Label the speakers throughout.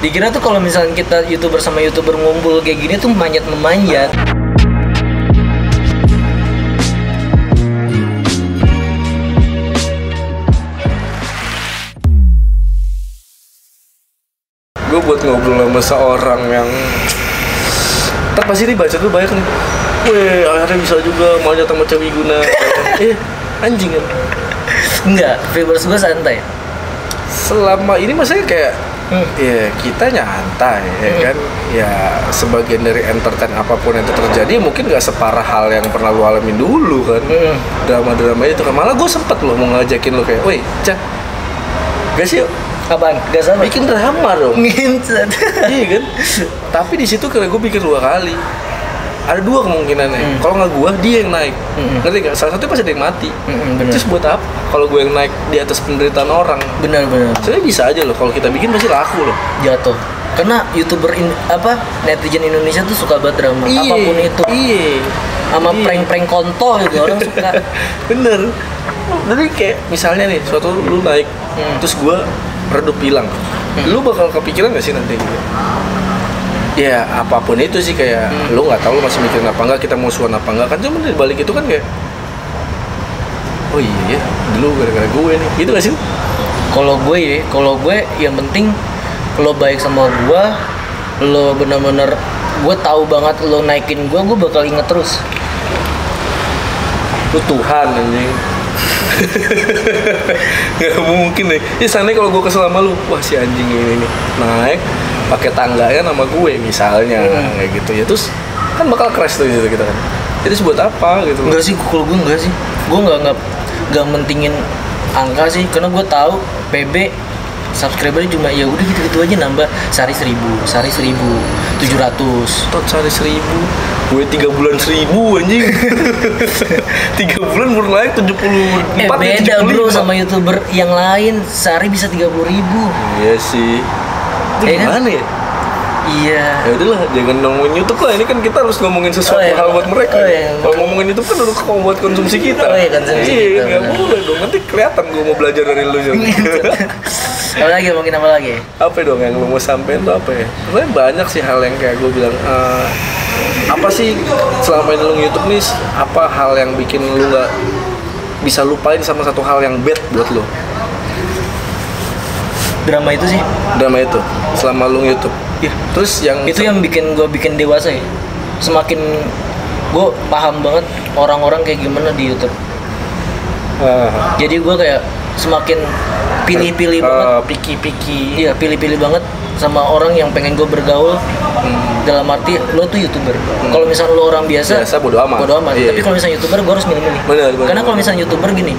Speaker 1: Dikira tuh kalau misalnya kita youtuber sama youtuber ngumpul kayak gini tuh manjat memanjat.
Speaker 2: gue buat ngobrol sama seorang yang ntar pasti ini baca gue banyak nih weh akhirnya bisa juga mau jatuh sama cewek guna eh anjing kan
Speaker 1: Enggak, viewers gue santai.
Speaker 2: selama ini maksudnya kayak
Speaker 1: Hmm.
Speaker 2: ya kita nyantai ya kan ya sebagian dari entertain apapun yang terjadi mungkin gak separah hal yang pernah lu alamin dulu kan
Speaker 1: Hmm.
Speaker 2: drama-drama itu kan malah gue sempet lo mau ngajakin lo kayak weh cah guys yuk
Speaker 1: Apaan? Gak sama.
Speaker 2: bikin drama dong
Speaker 1: Ngintet.
Speaker 2: iya kan tapi di situ kayak gue pikir dua kali ada dua kemungkinannya kalau nggak gue dia yang naik
Speaker 1: Hmm.
Speaker 2: ngerti nggak salah satu pasti ada yang mati
Speaker 1: Mm-mm, bener.
Speaker 2: terus buat apa kalau gue yang naik di atas penderitaan orang
Speaker 1: benar benar
Speaker 2: sebenarnya bisa aja loh kalau kita bikin pasti laku loh
Speaker 1: jatuh. Karena youtuber in- apa netizen Indonesia tuh suka banget drama apapun itu.
Speaker 2: iya
Speaker 1: Sama
Speaker 2: Iya.
Speaker 1: prank-prank kontol gitu orang suka.
Speaker 2: bener jadi kayak misalnya nih suatu lu naik
Speaker 1: Hmm.
Speaker 2: terus gue redup hilang lu bakal kepikiran gak sih nanti gitu ya apapun itu sih kayak lu nggak tahu lu masih mikirin apa enggak kita musuhan apa enggak kan cuma di balik itu kan kayak oh iya ya, dulu gara-gara gue nih gitu gak sih
Speaker 1: Kalau gue ya, kalau gue yang penting lo baik sama gue, lo bener-bener gue tahu banget lo naikin gue, gue bakal inget terus.
Speaker 2: lu Tuhan anjing nggak mungkin nih ya seandainya kalau gue kesel sama lu wah si anjing ini nih naik pakai tangganya nama gue misalnya
Speaker 1: Hmm.
Speaker 2: kayak gitu ya terus kan bakal crash tuh gitu kita kan jadi buat apa gitu
Speaker 1: Enggak sih, kalau gue enggak sih. Gue enggak enggak enggak mentingin angka sih, karena gue tahu PB subscribernya cuma ya udah gitu-gitu aja nambah sehari seribu, sehari seribu, tujuh ratus.
Speaker 2: tot sehari seribu gue tiga bulan seribu anjing tiga bulan baru naik tujuh puluh
Speaker 1: Eh
Speaker 2: empat
Speaker 1: beda bro sama youtuber yang lain sehari bisa tiga puluh ribu.
Speaker 2: iya sih itu
Speaker 1: Iya kan?
Speaker 2: gimana ya?
Speaker 1: Iya.
Speaker 2: Ya udahlah, jangan ngomongin YouTube lah. Ini kan kita harus ngomongin sesuatu
Speaker 1: Oh, iya.
Speaker 2: hal buat mereka. ya.
Speaker 1: Oh, iya.
Speaker 2: Kalau ngomongin YouTube kan udah kau buat konsumsi kita.
Speaker 1: Oh, iya, konsumsi
Speaker 2: Iya,
Speaker 1: kita,
Speaker 2: nggak
Speaker 1: benar.
Speaker 2: boleh dong. Nanti kelihatan gue mau belajar dari lu Jon.
Speaker 1: apa lagi mungkin apa lagi?
Speaker 2: apa dong yang lu mau sampein tuh apa ya? Sebenarnya banyak sih hal yang kayak gue bilang. eh, apa sih selama ini lu YouTube nih? Apa hal yang bikin lu nggak bisa lupain sama satu hal yang bad buat lu?
Speaker 1: Drama itu sih.
Speaker 2: Drama itu selama lu YouTube. Terus yang
Speaker 1: Itu Iya, yang bikin gue bikin dewasa ya. Semakin gue paham banget orang-orang kayak gimana di YouTube.
Speaker 2: Ah,
Speaker 1: Jadi gue kayak semakin pilih-pilih banget.
Speaker 2: ah, piki-piki.
Speaker 1: Iya pilih-pilih banget sama orang yang pengen gue bergaul. Dalam arti lo tuh youtuber. Kalau misalnya lo orang biasa,
Speaker 2: Hmm. Biasa bodo amat.
Speaker 1: bodo amat.
Speaker 2: Iya,
Speaker 1: Tapi
Speaker 2: iya.
Speaker 1: kalau misalnya youtuber gue harus milih-milih.
Speaker 2: Benar, benar,
Speaker 1: Karena kalau
Speaker 2: benar.
Speaker 1: misalnya youtuber gini,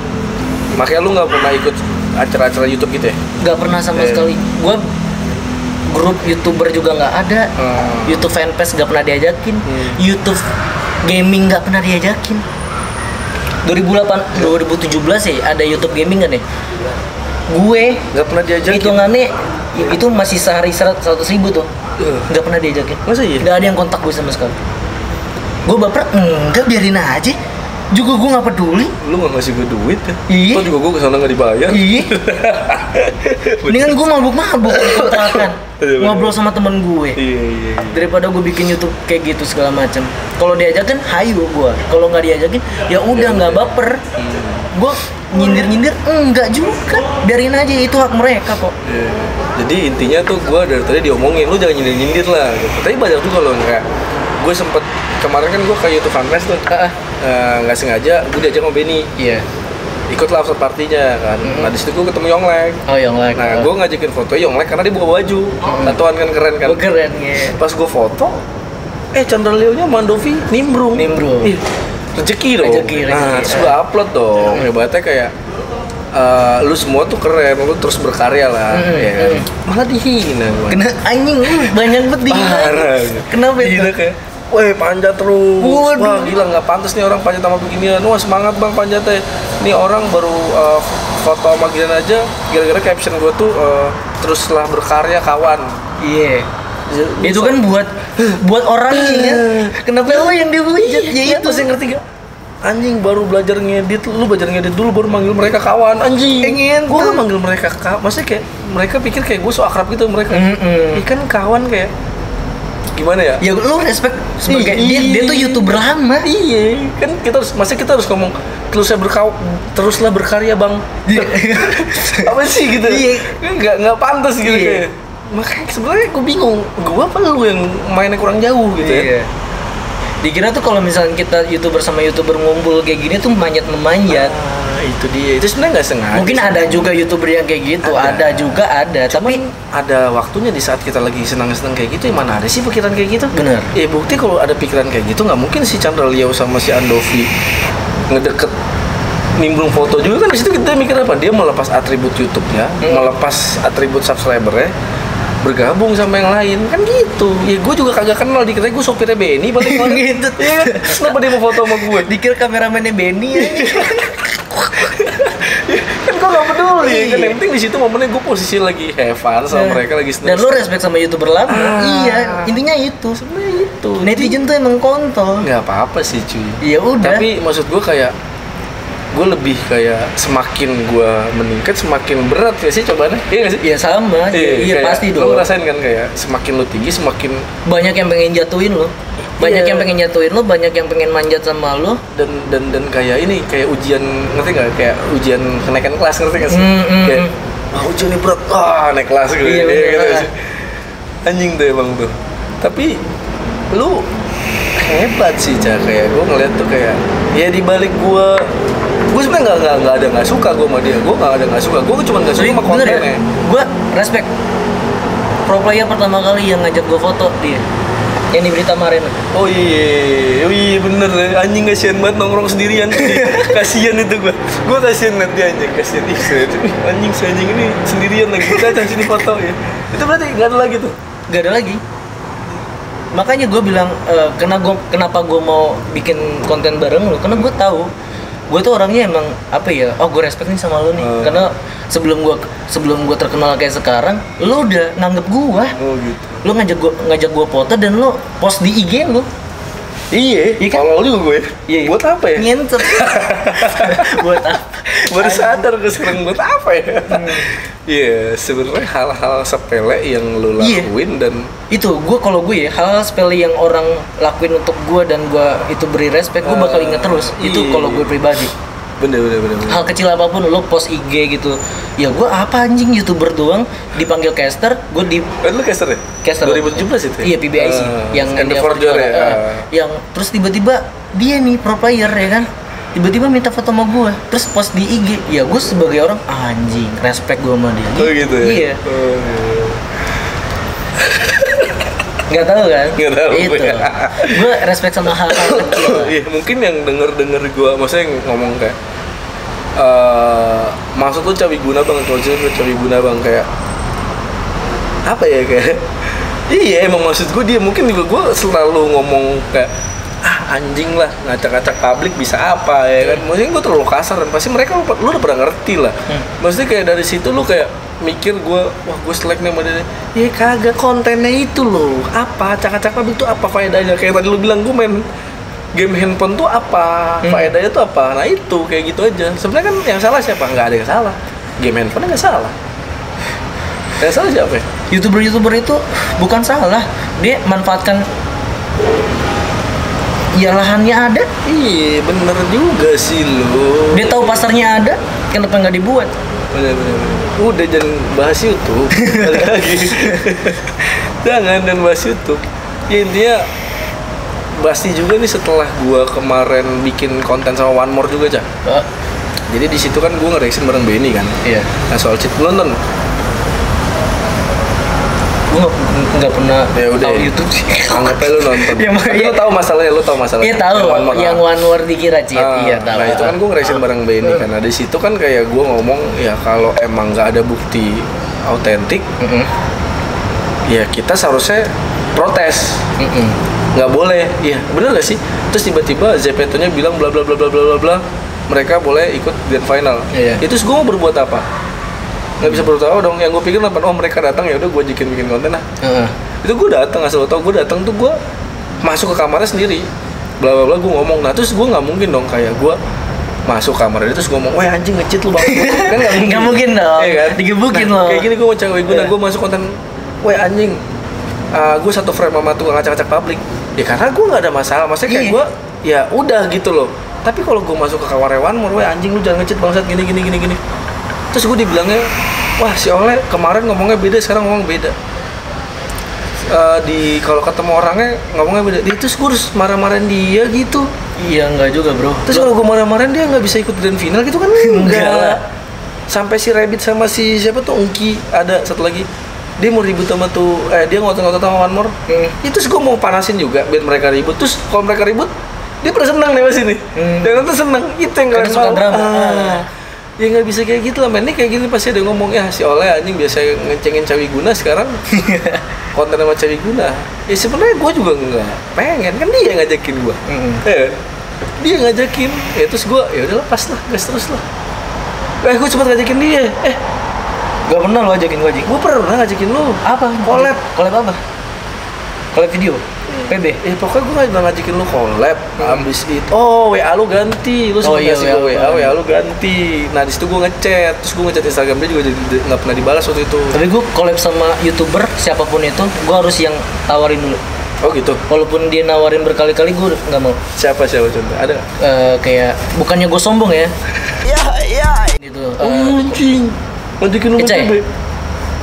Speaker 2: Makanya lu nggak pernah ikut acara-acara YouTube gitu ya?
Speaker 1: nggak pernah sama
Speaker 2: Iya.
Speaker 1: sekali. Gue grup youtuber juga nggak ada.
Speaker 2: Hmm.
Speaker 1: YouTube fanpage nggak pernah diajakin.
Speaker 2: Hmm.
Speaker 1: YouTube gaming nggak pernah diajakin. 2008, 2017 ya ada YouTube gaming kan ya. Gue
Speaker 2: Gak pernah diajak
Speaker 1: hitungannya i- itu masih sehari seratus ribu tuh nggak pernah diajakin
Speaker 2: Masa iya?
Speaker 1: nggak ada yang kontak gue sama sekali gue baper enggak biarin aja juga gue nggak peduli
Speaker 2: Lu gak ngasih gue duit ya?
Speaker 1: Iya.
Speaker 2: Toh juga gue kesana gak dibayar
Speaker 1: iya mendingan gue mabuk-mabuk di kontrakan
Speaker 2: Iya, bener.
Speaker 1: ngobrol sama temen gue
Speaker 2: Iya iya iya
Speaker 1: daripada gue bikin YouTube kayak gitu segala macam kalau diajakin hayu gue kalau nggak diajakin ya udah nggak baper gue nyindir-nyindir enggak juga biarin aja itu hak mereka kok
Speaker 2: Iya. Jadi intinya tuh gue dari tadi diomongin Lu jangan nyindir-nyindir lah gitu. Tapi banyak juga loh yang kayak Gue sempet Kemarin kan gue ke Youtube Fanfest tuh
Speaker 1: Ah, ah.
Speaker 2: Eh, Gak sengaja gue diajak sama Benny
Speaker 1: iya
Speaker 2: Ikutlah after partinya kan Nah disitu gue ketemu Yonglek
Speaker 1: oh yang lain
Speaker 2: Nah gue ngajakin foto Yonglek karena dia buka baju Tatuan kan keren kan
Speaker 1: Gue keren ya.
Speaker 2: Pas gue foto, eh Chandra Leo-nya Mandovi nimbrung.
Speaker 1: Nimbrung.
Speaker 2: Ih, rezeki dong.
Speaker 1: Rezeki, Iya.
Speaker 2: Nah,
Speaker 1: rezeki.
Speaker 2: terus gue upload dong. Hebatnya kayak eh, lu semua tuh keren, lu terus berkarya lah,
Speaker 1: Hmm,
Speaker 2: ya kan?
Speaker 1: hmm.
Speaker 2: Malah dihina gue.
Speaker 1: Kena anjing lu, banyak banget dingin.
Speaker 2: Parah.
Speaker 1: Kenapa itu?
Speaker 2: Gila kayak, Woi panjat terus,
Speaker 1: Waduh.
Speaker 2: wah gila nggak pantas nih orang panjat sama beginian. Wah semangat bang panjatnya. Nih orang baru eh, foto sama ginian aja, gara-gara caption gue tuh eh, teruslah berkarya kawan.
Speaker 1: Iya. Itu
Speaker 2: Ya, Iya.
Speaker 1: Iya. kan buat buat orang ya. Kenapa lo yang dihujat? Ya itu sih ngerti gak?
Speaker 2: anjing baru belajar ngedit lu belajar ngedit dulu baru manggil mereka kawan anjing
Speaker 1: Pengen,
Speaker 2: gue
Speaker 1: kan?
Speaker 2: manggil mereka kawan maksudnya kayak mereka pikir kayak gue so akrab gitu sama mereka
Speaker 1: Mm-mm.
Speaker 2: ikan kawan kayak gimana ya
Speaker 1: ya lu respect sebagai dia, dia tuh youtuber lama
Speaker 2: iya kan kita harus masih kita harus ngomong teruslah berkau teruslah berkarya bang apa sih gitu
Speaker 1: Iya.
Speaker 2: Kan nggak nggak pantas gitu
Speaker 1: Iya.
Speaker 2: kayak. makanya sebenarnya gue bingung gue apa lu yang mainnya kurang jauh gitu ya
Speaker 1: Iya. Dikira tuh kalau misalnya kita youtuber sama youtuber ngumpul kayak gini tuh manjat memanjat.
Speaker 2: Ah, itu dia Nah, itu sebenarnya nggak sengaja
Speaker 1: Mungkin ada juga youtuber yang kayak gitu, ada,
Speaker 2: Ada.
Speaker 1: juga ada, tapi
Speaker 2: ada waktunya di saat kita lagi senang-senang kayak gitu, ya mana ada sih pikiran kayak gitu?
Speaker 1: Bener.
Speaker 2: Ya bukti kalau ada pikiran kayak gitu, nggak mungkin si Chandra Liau sama si Andovi ngedeket nimbrung foto juga kan di situ kita mikir apa dia melepas atribut YouTube-nya,
Speaker 1: Hmm.
Speaker 2: melepas atribut subscriber-nya, bergabung sama yang lain kan gitu ya gue juga kagak kenal dikira gue sopirnya Benny balik balik
Speaker 1: Gitu.
Speaker 2: ya kan kenapa dia mau foto sama gue
Speaker 1: dikira kameramennya Benny ya.
Speaker 2: kan gue gak peduli kan
Speaker 1: Iya.
Speaker 2: yang penting di situ momennya gue posisi lagi have fun sama mereka lagi
Speaker 1: Dan lu respect sama youtuber lama.
Speaker 2: Ah.
Speaker 1: Iya, intinya itu.
Speaker 2: sebenarnya itu
Speaker 1: Netizen tuh emang kontol.
Speaker 2: nggak apa-apa sih cuy
Speaker 1: Ya udah.
Speaker 2: tapi maksud gue kayak gue lebih kayak semakin gue meningkat semakin berat ya sih cobaannya iya nggak sih
Speaker 1: ya sama, iya, iya
Speaker 2: kayak
Speaker 1: pasti
Speaker 2: lo
Speaker 1: dong.
Speaker 2: ngerasain kan kayak semakin lo tinggi semakin
Speaker 1: Banyak yang pengen jatuhin lo. Banyak
Speaker 2: Iya.
Speaker 1: yang pengen jatuhin lo, banyak yang pengen manjat sama lo.
Speaker 2: dan dan dan kayak ini kayak ujian ngerti nggak kayak ujian kenaikan kelas ngerti nggak sih
Speaker 1: Hmm, hmm,
Speaker 2: kayak
Speaker 1: hmm.
Speaker 2: ah ujiannya berat ah naik kelas gitu
Speaker 1: Iya,
Speaker 2: Iya,
Speaker 1: bener.
Speaker 2: gitu nggak sih? anjing tuh emang tuh tapi lu hebat sih cah kayak gue ngeliat tuh kayak ya di balik gue gue sebenarnya nggak nggak nggak ada nggak suka gue sama dia gue nggak ada nggak suka gue cuma nggak suka
Speaker 1: Jadi
Speaker 2: sama
Speaker 1: bener ya,
Speaker 2: kontennya
Speaker 1: gue respect pro player pertama kali yang ngajak gue foto
Speaker 2: Iya.
Speaker 1: dia yang di berita kemarin
Speaker 2: Oh iya, oh iya bener anjing kasihan banget nongkrong sendirian kasihan itu gua gua kasihan nanti anjing kasihan Ih, saya tuh, ih, anjing si anjing ini sendirian lagi kita datang sini foto ya itu berarti nggak ada lagi tuh
Speaker 1: gak ada lagi makanya gue bilang eh, kena gua, kenapa gue mau bikin konten bareng lu karena gue tahu gue tuh orangnya emang apa ya oh gue respect nih sama lu nih
Speaker 2: Hmm.
Speaker 1: karena sebelum gue sebelum gue terkenal kayak sekarang lu udah nanggep gue
Speaker 2: oh gitu
Speaker 1: lu ngajak gue ngajak gue foto dan lu post di IG lu
Speaker 2: iya
Speaker 1: Iya kan?
Speaker 2: kalau lu gue
Speaker 1: Iya, iya.
Speaker 2: buat apa ya
Speaker 1: nyentuh buat apa
Speaker 2: baru sadar gue sekarang buat apa ya
Speaker 1: Hmm.
Speaker 2: iya sebenarnya hal-hal sepele yang lu
Speaker 1: Iya.
Speaker 2: lakuin dan
Speaker 1: itu gue kalau gue ya hal sepele yang orang lakuin untuk gue dan gue itu beri respect gue bakal inget terus itu
Speaker 2: Iya.
Speaker 1: kalau gue pribadi
Speaker 2: bener bener bener, bener.
Speaker 1: hal kecil apapun lo post IG gitu ya gue apa anjing youtuber doang dipanggil caster gue di
Speaker 2: Eh, lu caster ya?
Speaker 1: caster
Speaker 2: 2017 itu ya?
Speaker 1: iya PBI sih
Speaker 2: Ah,
Speaker 1: yang
Speaker 2: and the
Speaker 1: dia-
Speaker 2: Forger ya?
Speaker 1: eh,
Speaker 2: Ah.
Speaker 1: yang terus tiba-tiba dia nih pro player ya kan tiba-tiba minta foto sama gue terus post di IG ya gue sebagai orang "Ah, anjing respect gue sama dia
Speaker 2: Oh gitu ya?
Speaker 1: iya
Speaker 2: Oh, iya.
Speaker 1: nggak tahu kan
Speaker 2: Nggak tahu ya.
Speaker 1: itu
Speaker 2: gue.
Speaker 1: gue respect sama hal-hal kecil
Speaker 2: Iya, mungkin yang denger-denger gua maksudnya yang ngomong kayak eh maksud lu cawi guna bang, kalau lu cawi guna bang kayak apa ya kayak iya emang maksud gue dia mungkin juga gue selalu ngomong kayak ah anjing lah ngacak-ngacak publik bisa apa ya kan mungkin gue terlalu kasar dan pasti mereka lu, lu udah pernah ngerti lah maksudnya kayak dari situ lu kayak mikir gue wah gue selek nih sama dia ya kagak kontennya itu loh apa acak-acak publik tuh apa faedahnya kayak tadi lu bilang gue main game handphone tuh apa
Speaker 1: Hmm.
Speaker 2: faedahnya tuh apa nah itu kayak gitu aja sebenarnya kan yang salah siapa nggak ada yang salah game handphone nggak salah yang salah siapa ya?
Speaker 1: youtuber-youtuber itu bukan salah dia manfaatkan ya lahannya ada
Speaker 2: Iya bener juga sih lu
Speaker 1: dia tahu pasarnya ada kenapa nggak dibuat
Speaker 2: Bener, bener, bener. Udah jangan bahas Youtube Balik lagi Jangan dan bahas Youtube Ya intinya Pasti juga nih setelah gua kemarin bikin konten sama One More juga Cak
Speaker 1: Oh,
Speaker 2: Jadi di situ kan gua nge-reaction bareng Benny kan
Speaker 1: iya
Speaker 2: Nah soal cheat lu nonton
Speaker 1: gue nggak pernah
Speaker 2: Ya udah.
Speaker 1: tahu YouTube sih
Speaker 2: Anggap aja lu nonton
Speaker 1: Ya,
Speaker 2: Tapi
Speaker 1: makanya-
Speaker 2: lu tau masalahnya, lu tau masalahnya
Speaker 1: Iya tahu
Speaker 2: One More,
Speaker 1: yang
Speaker 2: ah.
Speaker 1: one word dikira cheat,
Speaker 2: Ah,
Speaker 1: iya tahu.
Speaker 2: Nah itu kan gue ngeresin bareng Benny kan. Nah di situ kan kayak gue ngomong ya kalau emang nggak ada bukti autentik,
Speaker 1: Mm-mm.
Speaker 2: ya kita seharusnya protes.
Speaker 1: Mm-mm.
Speaker 2: Nggak boleh. Iya bener gak sih? Terus tiba-tiba Zepeto-nya bilang bla bla bla bla bla bla bla. Mereka boleh ikut grand final.
Speaker 1: Iya.
Speaker 2: Itu gue mau berbuat apa? Nggak bisa berbuat apa dong. Yang gue pikir apa? Oh mereka datang ya udah gue bikin bikin konten lah.
Speaker 1: Heeh.
Speaker 2: Itu gue datang asal lo tau gue datang tuh gue masuk ke kamarnya sendiri bla bla bla gue ngomong nah terus gue nggak mungkin dong kayak gue masuk kamar dia terus gue ngomong, wah anjing ngecit lu bang kan nggak mungkin,
Speaker 1: Nggak mungkin dong.
Speaker 2: Iya
Speaker 1: Digebukin
Speaker 2: Nah,
Speaker 1: lo.
Speaker 2: kayak gini gue mau cewek gue nah
Speaker 1: Iya.
Speaker 2: gue masuk konten wah anjing gue satu frame sama tukang acak-acak publik ya karena gue nggak ada masalah maksudnya kayak
Speaker 1: Iya.
Speaker 2: gue ya udah gitu loh tapi kalau gue masuk ke kamar Rewan mau wah anjing lu jangan ngecit bangsat gini gini gini gini terus gue dibilangnya wah si Oleh kemarin ngomongnya beda sekarang ngomong beda Eh, di kalau ketemu orangnya ngomongnya beda dia terus gue harus marah-marahin dia gitu
Speaker 1: iya enggak juga bro
Speaker 2: Terus kalau gue marah-marahin dia nggak bisa ikut grand final gitu kan?
Speaker 1: Enggak.
Speaker 2: Enggak. Sampai si Rabbit sama si siapa tuh Ungki ada satu lagi. Dia mau ribut sama tuh eh dia ngotot-ngotot sama One More.
Speaker 1: Hmm.
Speaker 2: Ya, terus gue mau panasin juga biar mereka ribut. Terus kalau mereka ribut dia pada senang nih mas ini.
Speaker 1: Hmm.
Speaker 2: Dan nanti senang itu yang
Speaker 1: Karena
Speaker 2: kalian
Speaker 1: suka
Speaker 2: mau.
Speaker 1: drama.
Speaker 2: Ah. Ya nggak bisa kayak gitu lah, men. Ini kayak gini pasti ada yang ngomong ya si Oleh anjing biasa ngecengin Cawi Guna sekarang konten sama Cawi Guna. Ya sebenarnya gue juga nggak pengen kan dia yang ngajakin gue.
Speaker 1: Mm-mm.
Speaker 2: Eh, dia ngajakin ya terus gue ya udahlah pas lah gas terus lah eh gue sempat ngajakin dia eh
Speaker 1: Gak pernah lo ajakin gue aja
Speaker 2: gue pernah ngajakin lu
Speaker 1: Apa?
Speaker 2: Collab.
Speaker 1: Collab apa? Collab video? PB?
Speaker 2: eh pokoknya gue nggak ngajakin lu collab abis itu oh wa lu ganti lu
Speaker 1: Oh,
Speaker 2: sempat
Speaker 1: iya,
Speaker 2: ngasih
Speaker 1: WA lu
Speaker 2: gue wa wa
Speaker 1: ganti.
Speaker 2: lu ganti nah di situ gue ngechat terus gue ngechat instagram dia juga jadi nggak pernah dibalas waktu itu
Speaker 1: Tapi gue collab sama youtuber siapapun itu Gue harus yang tawarin dulu
Speaker 2: oh gitu
Speaker 1: Walaupun dia nawarin berkali-kali gue nggak mau
Speaker 2: siapa siapa contoh ada nggak?
Speaker 1: Eh, Kayak bukannya gue sombong ya Gitu eh,
Speaker 2: Oh, anjing ngajakin lu
Speaker 1: Ece.
Speaker 2: sama Bebe.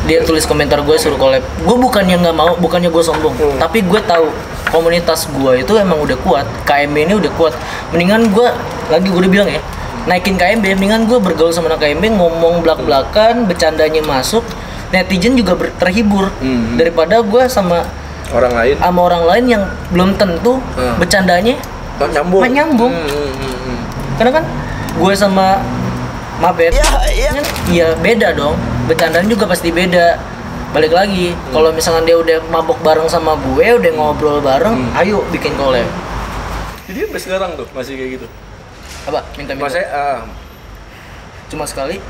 Speaker 1: dia tulis komentar gue suruh collab gue bukannya nggak mau bukannya gue sombong
Speaker 2: Hmm.
Speaker 1: tapi gue tahu komunitas gue itu emang udah kuat KMB ini udah kuat mendingan gue lagi gue udah bilang ya naikin KMB mendingan gue bergaul sama anak KMB ngomong belak belakan bercandanya masuk netizen juga ber- terhibur
Speaker 2: Hmm.
Speaker 1: daripada gue sama
Speaker 2: orang lain
Speaker 1: sama orang lain yang belum tentu
Speaker 2: Hmm.
Speaker 1: bercandanya
Speaker 2: Nggak nyambung
Speaker 1: Nggak nyambung.
Speaker 2: Hmm, hmm, hmm, hmm.
Speaker 1: karena kan gue sama Mabet kan iya beda dong bercandaan juga pasti beda balik lagi kalau misalkan dia udah mabok bareng sama gue udah ngobrol bareng ayo bikin ya. collab
Speaker 2: jadi sampai sekarang tuh masih kayak gitu
Speaker 1: apa minta minta
Speaker 2: maksudnya ah,
Speaker 1: cuma sekali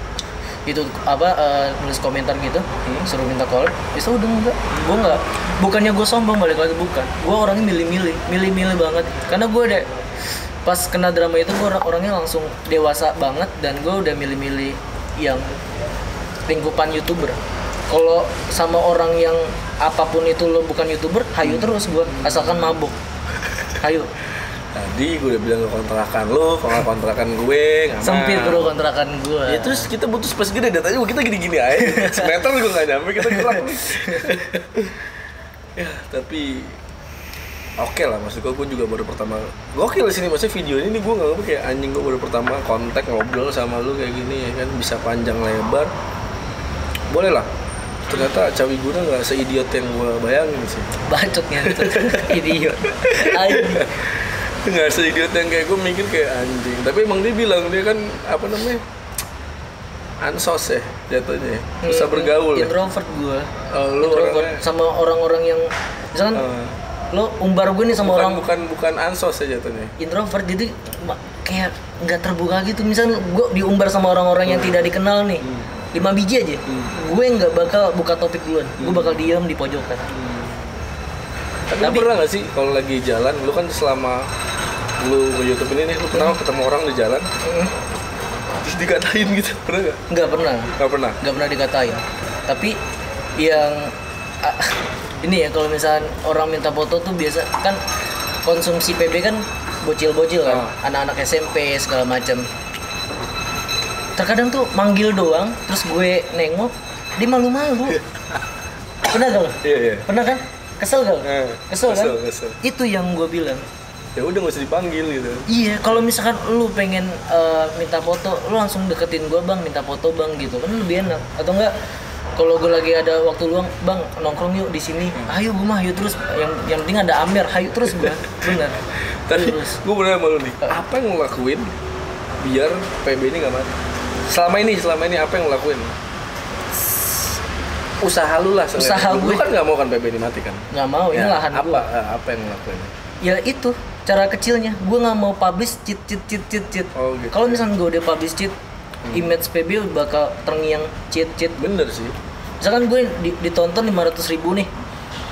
Speaker 1: itu apa eh, nulis komentar gitu
Speaker 2: Hmm.
Speaker 1: suruh minta collab itu udah enggak gue enggak bukannya gue sombong balik lagi bukan gue orangnya milih-milih milih-milih banget karena gue ada pas kena drama itu gue orang- orangnya langsung dewasa banget dan gue udah milih-milih yang lingkupan youtuber kalau sama orang yang apapun itu lo bukan youtuber hayu
Speaker 2: Hmm.
Speaker 1: terus gue asalkan mabuk hayu
Speaker 2: Tadi gue udah bilang ke kontrakan lo, kalau nggak kontrakan gue, nggak aman.
Speaker 1: sempit bro kontrakan gue
Speaker 2: Nah. Ya terus kita butuh space gede, datanya juga kita gini-gini aja. Semeter juga nggak nyampe, kita gerak. ya, tapi oke lah maksud gue, gue juga baru pertama gokil di sini maksudnya video ini gue nggak ngerti kayak anjing gue baru pertama kontak ngobrol sama lu kayak gini ya kan bisa panjang lebar boleh lah ternyata cawi guna nggak seidiot yang gue bayangin sih
Speaker 1: bacot ngentot idiot Ay,
Speaker 2: nggak seidiot yang kayak gue mikir kayak anjing tapi emang dia bilang dia kan apa namanya ansos ya jatuhnya ya. susah bergaul
Speaker 1: Iya,
Speaker 2: ya
Speaker 1: introvert gue
Speaker 2: Eh, lu
Speaker 1: introvert
Speaker 2: orangnya
Speaker 1: sama orang-orang yang misalkan
Speaker 2: eh,
Speaker 1: lo umbar gue nih sama
Speaker 2: bukan,
Speaker 1: orang
Speaker 2: bukan bukan ansos ya jatuhnya
Speaker 1: introvert jadi ma- kayak nggak terbuka gitu misal gue diumbar sama orang-orang
Speaker 2: Hmm.
Speaker 1: yang tidak dikenal nih lima biji aja gue nggak bakal buka topik duluan gue
Speaker 2: Hmm.
Speaker 1: bakal diam di pojokan
Speaker 2: tapi, lu
Speaker 1: Tapi-
Speaker 2: pernah nggak sih kalau lagi jalan lu kan selama lu ke YouTube ini nih lu pernah ketemu orang di jalan terus dikatain gitu pernah nggak
Speaker 1: nggak pernah
Speaker 2: nggak pernah
Speaker 1: nggak pernah dikatain tapi yang ah, ini ya kalau misalnya orang minta foto tuh biasa kan konsumsi PB kan bocil-bocil kan
Speaker 2: Ah.
Speaker 1: anak-anak SMP segala macam terkadang tuh manggil doang terus gue nengok dia malu-malu pernah gak lo?
Speaker 2: iya iya
Speaker 1: pernah kan kesel gak lo?
Speaker 2: Eh,
Speaker 1: kesel kan
Speaker 2: kesel, kesel.
Speaker 1: itu yang gue bilang
Speaker 2: ya udah nggak usah dipanggil gitu
Speaker 1: Iya, kalau misalkan lu pengen eh, minta foto, lu langsung deketin gua bang, minta foto bang gitu, kan lebih enak. Atau enggak? Kalau gue lagi ada waktu luang, bang nongkrong yuk di sini.
Speaker 2: Hmm.
Speaker 1: Ayo gue mah, ayo terus. Yang yang penting ada Amer, ayo terus gua. Bener.
Speaker 2: Tapi
Speaker 1: Terus.
Speaker 2: gue bener sama lu nih. Apa yang lo lakuin biar PB ini gak mati? Selama ini, selama ini apa yang lo lakuin? Usaha lu lah. seenggaknya.
Speaker 1: Usaha
Speaker 2: Lu
Speaker 1: gue.
Speaker 2: kan gak mau kan PB ini mati kan?
Speaker 1: Nggak mau, ini
Speaker 2: Ya,
Speaker 1: lahan
Speaker 2: apa,
Speaker 1: gua.
Speaker 2: eh, apa yang lo lakuin?
Speaker 1: Ya itu cara kecilnya. Gue nggak mau publish cheat cheat cheat cheat cheat.
Speaker 2: Oh, gitu. Hmm.
Speaker 1: Kalau misalkan gue udah publish cheat, image PB bakal terngiang cheat cheat
Speaker 2: Bener sih.
Speaker 1: misalkan gue di- ditonton 500 ribu nih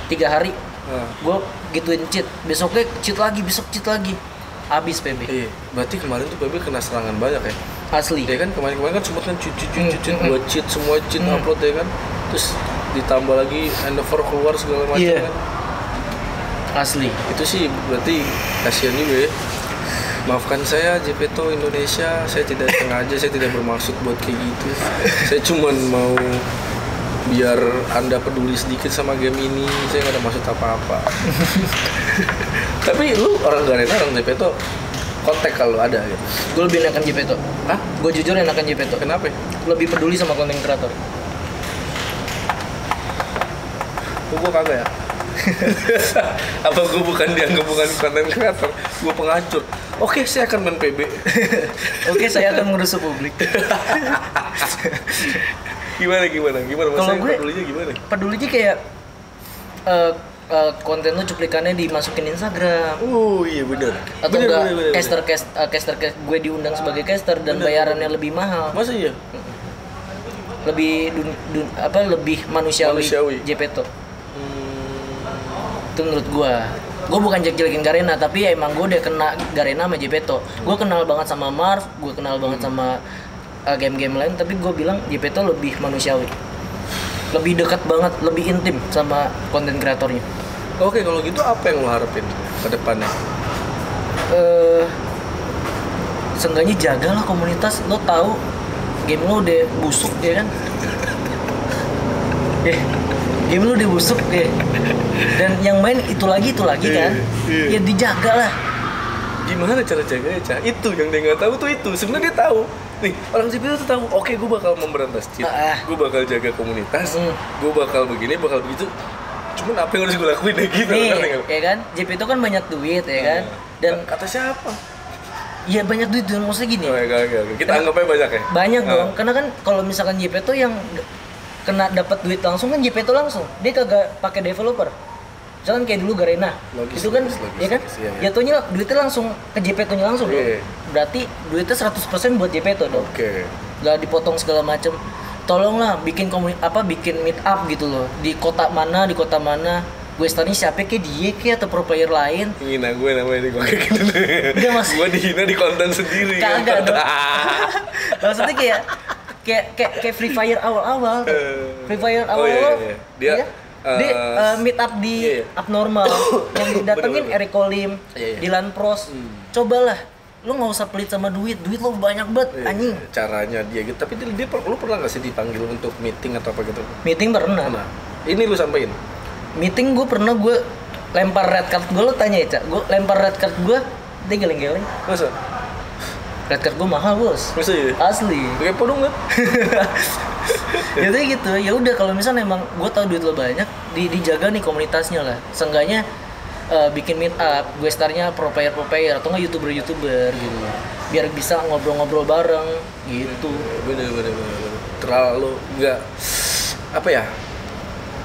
Speaker 1: tiga hari
Speaker 2: Hmm.
Speaker 1: gue gituin cheat besoknya cheat lagi besok cheat lagi abis PB
Speaker 2: Iya, berarti kemarin tuh Bebe kena serangan banyak ya.
Speaker 1: asli
Speaker 2: Dia kan kemarin-kemarin kan semua kan cheat cheat cheat
Speaker 1: Hmm,
Speaker 2: cheat, cheat,
Speaker 1: hmm,
Speaker 2: gua cheat semua cheat
Speaker 1: Hmm.
Speaker 2: upload ya kan. Terus ditambah lagi Endeavor keluar segala macam
Speaker 1: Iya.
Speaker 2: kan.
Speaker 1: asli
Speaker 2: Itu sih berarti kasihan juga ya. Maafkan saya JPTO Indonesia, saya tidak sengaja, saya tidak bermaksud buat kayak gitu. Saya cuman mau biar anda peduli sedikit sama game ini, saya nggak ada maksud apa-apa. Tapi lu orang Garena, orang JPTO, kontak kalau ada gitu.
Speaker 1: gue lebih enakan Jepeto
Speaker 2: Hah?
Speaker 1: gue jujur enakan Jepeto
Speaker 2: Kenapa? ya?
Speaker 1: lebih peduli sama konten kreator
Speaker 2: Kok gua kagak ya? Apa gua bukan dianggap bukan konten creator? Gua pengacur. Oke, saya akan main PB.
Speaker 1: oke saya akan mengurus publik
Speaker 2: gimana gimana gimana? Mas
Speaker 1: Kalau
Speaker 2: saya
Speaker 1: gue-
Speaker 2: pedulinya gimana?
Speaker 1: pedulinya kayak eh eh, konten lu cuplikannya dimasukin Instagram
Speaker 2: Oh iya benar.
Speaker 1: atau enggak caster cast eh, caster cast gue diundang sebagai caster dan
Speaker 2: Bener.
Speaker 1: bayarannya lebih mahal
Speaker 2: Masa iya?
Speaker 1: lebih dun, dun- apa lebih manusiawi,
Speaker 2: Manusiawi.
Speaker 1: Jepeto itu menurut gua gua bukan jelek jelekin Garena tapi ya emang gua udah kena Garena sama Jepeto gua kenal banget sama Marv gua kenal banget sama uh, game-game lain tapi gua bilang Jepeto lebih manusiawi lebih dekat banget lebih intim sama konten kreatornya
Speaker 2: Oke kalau gitu apa yang lo harapin ke depannya?
Speaker 1: eh seenggaknya jagalah komunitas lo tahu game lo udah busuk ya kan eh game lo udah busuk ya dan yang main itu lagi itu lagi kan
Speaker 2: Iya, iya.
Speaker 1: ya dijaga lah
Speaker 2: Gimana cara jaganya Cah? Itu yang dia nggak tahu tuh itu. Sebenarnya dia tahu. Nih orang sipil tuh tahu. Oke gue bakal memberantas cheat.
Speaker 1: Ah, ah.
Speaker 2: Gue bakal jaga komunitas.
Speaker 1: Hmm.
Speaker 2: Gue bakal begini, bakal begitu. Cuman apa yang harus gue lakuin ya gitu?
Speaker 1: nih
Speaker 2: ngerti nggak?
Speaker 1: ya kan JP itu kan banyak duit ya kan
Speaker 2: Iya.
Speaker 1: dan
Speaker 2: kata siapa?
Speaker 1: ya banyak duit dan maksudnya gini
Speaker 2: Oh, ya, gak, gak. Kita anggapnya banyak ya.
Speaker 1: Nah, banyak
Speaker 2: Ah.
Speaker 1: dong karena kan kalau misalkan JP itu yang d- kena dapat duit langsung kan JP itu langsung dia kagak pakai developer misalkan kayak dulu Garena
Speaker 2: Logis,
Speaker 1: itu kan
Speaker 2: logis, logis,
Speaker 1: ya kan
Speaker 2: logis, iya, iya.
Speaker 1: jatuhnya duitnya langsung ke JP nya langsung dong
Speaker 2: Iya.
Speaker 1: berarti duitnya 100% buat JP itu dong
Speaker 2: Oke.
Speaker 1: nggak dipotong segala macem tolonglah bikin komuni apa bikin meet up gitu loh di kota mana di kota mana gue tadi siapa kayak dia kayak atau pro player lain
Speaker 2: Ngina gue namanya di gue kayak gitu.
Speaker 1: Enggak, Mas.
Speaker 2: Gue dihina di konten sendiri.
Speaker 1: Kagak dong. maksudnya kayak kayak kayak, kayak free fire awal-awal tuh.
Speaker 2: Eh.
Speaker 1: free fire
Speaker 2: Oh, iya,
Speaker 1: awal-awal
Speaker 2: iya, iya. Dia,
Speaker 1: iya. Dia,
Speaker 2: eh,
Speaker 1: eh, meet up di
Speaker 2: iya, iya.
Speaker 1: abnormal yang didatengin
Speaker 2: Bener-bener.
Speaker 1: Eric Kolim
Speaker 2: Iya, iya.
Speaker 1: Dylan Pros cobalah lu nggak usah pelit sama duit duit lo banyak banget
Speaker 2: Iya,
Speaker 1: anjing
Speaker 2: Caranya dia gitu. Tapi dia, dia per- lu pernah gak sih dipanggil untuk meeting atau apa gitu?
Speaker 1: meeting pernah
Speaker 2: Pernah. Ini lu sampein.
Speaker 1: meeting gue pernah gue lempar red card gue lo tanya ya cak gue lempar red card gue dia geleng-geleng
Speaker 2: Masa?
Speaker 1: red card gue mahal bos
Speaker 2: Masa ya?
Speaker 1: asli
Speaker 2: Kayak podong kan?
Speaker 1: jadi gitu ya udah kalau misalnya emang gue tau duit lo banyak di, dijaga nih komunitasnya lah seenggaknya eh, bikin meet up gue startnya pro player pro player atau nggak youtuber youtuber gitu biar bisa ngobrol-ngobrol bareng gitu
Speaker 2: Bener, bener, bener. bener. Terlalu nggak apa ya?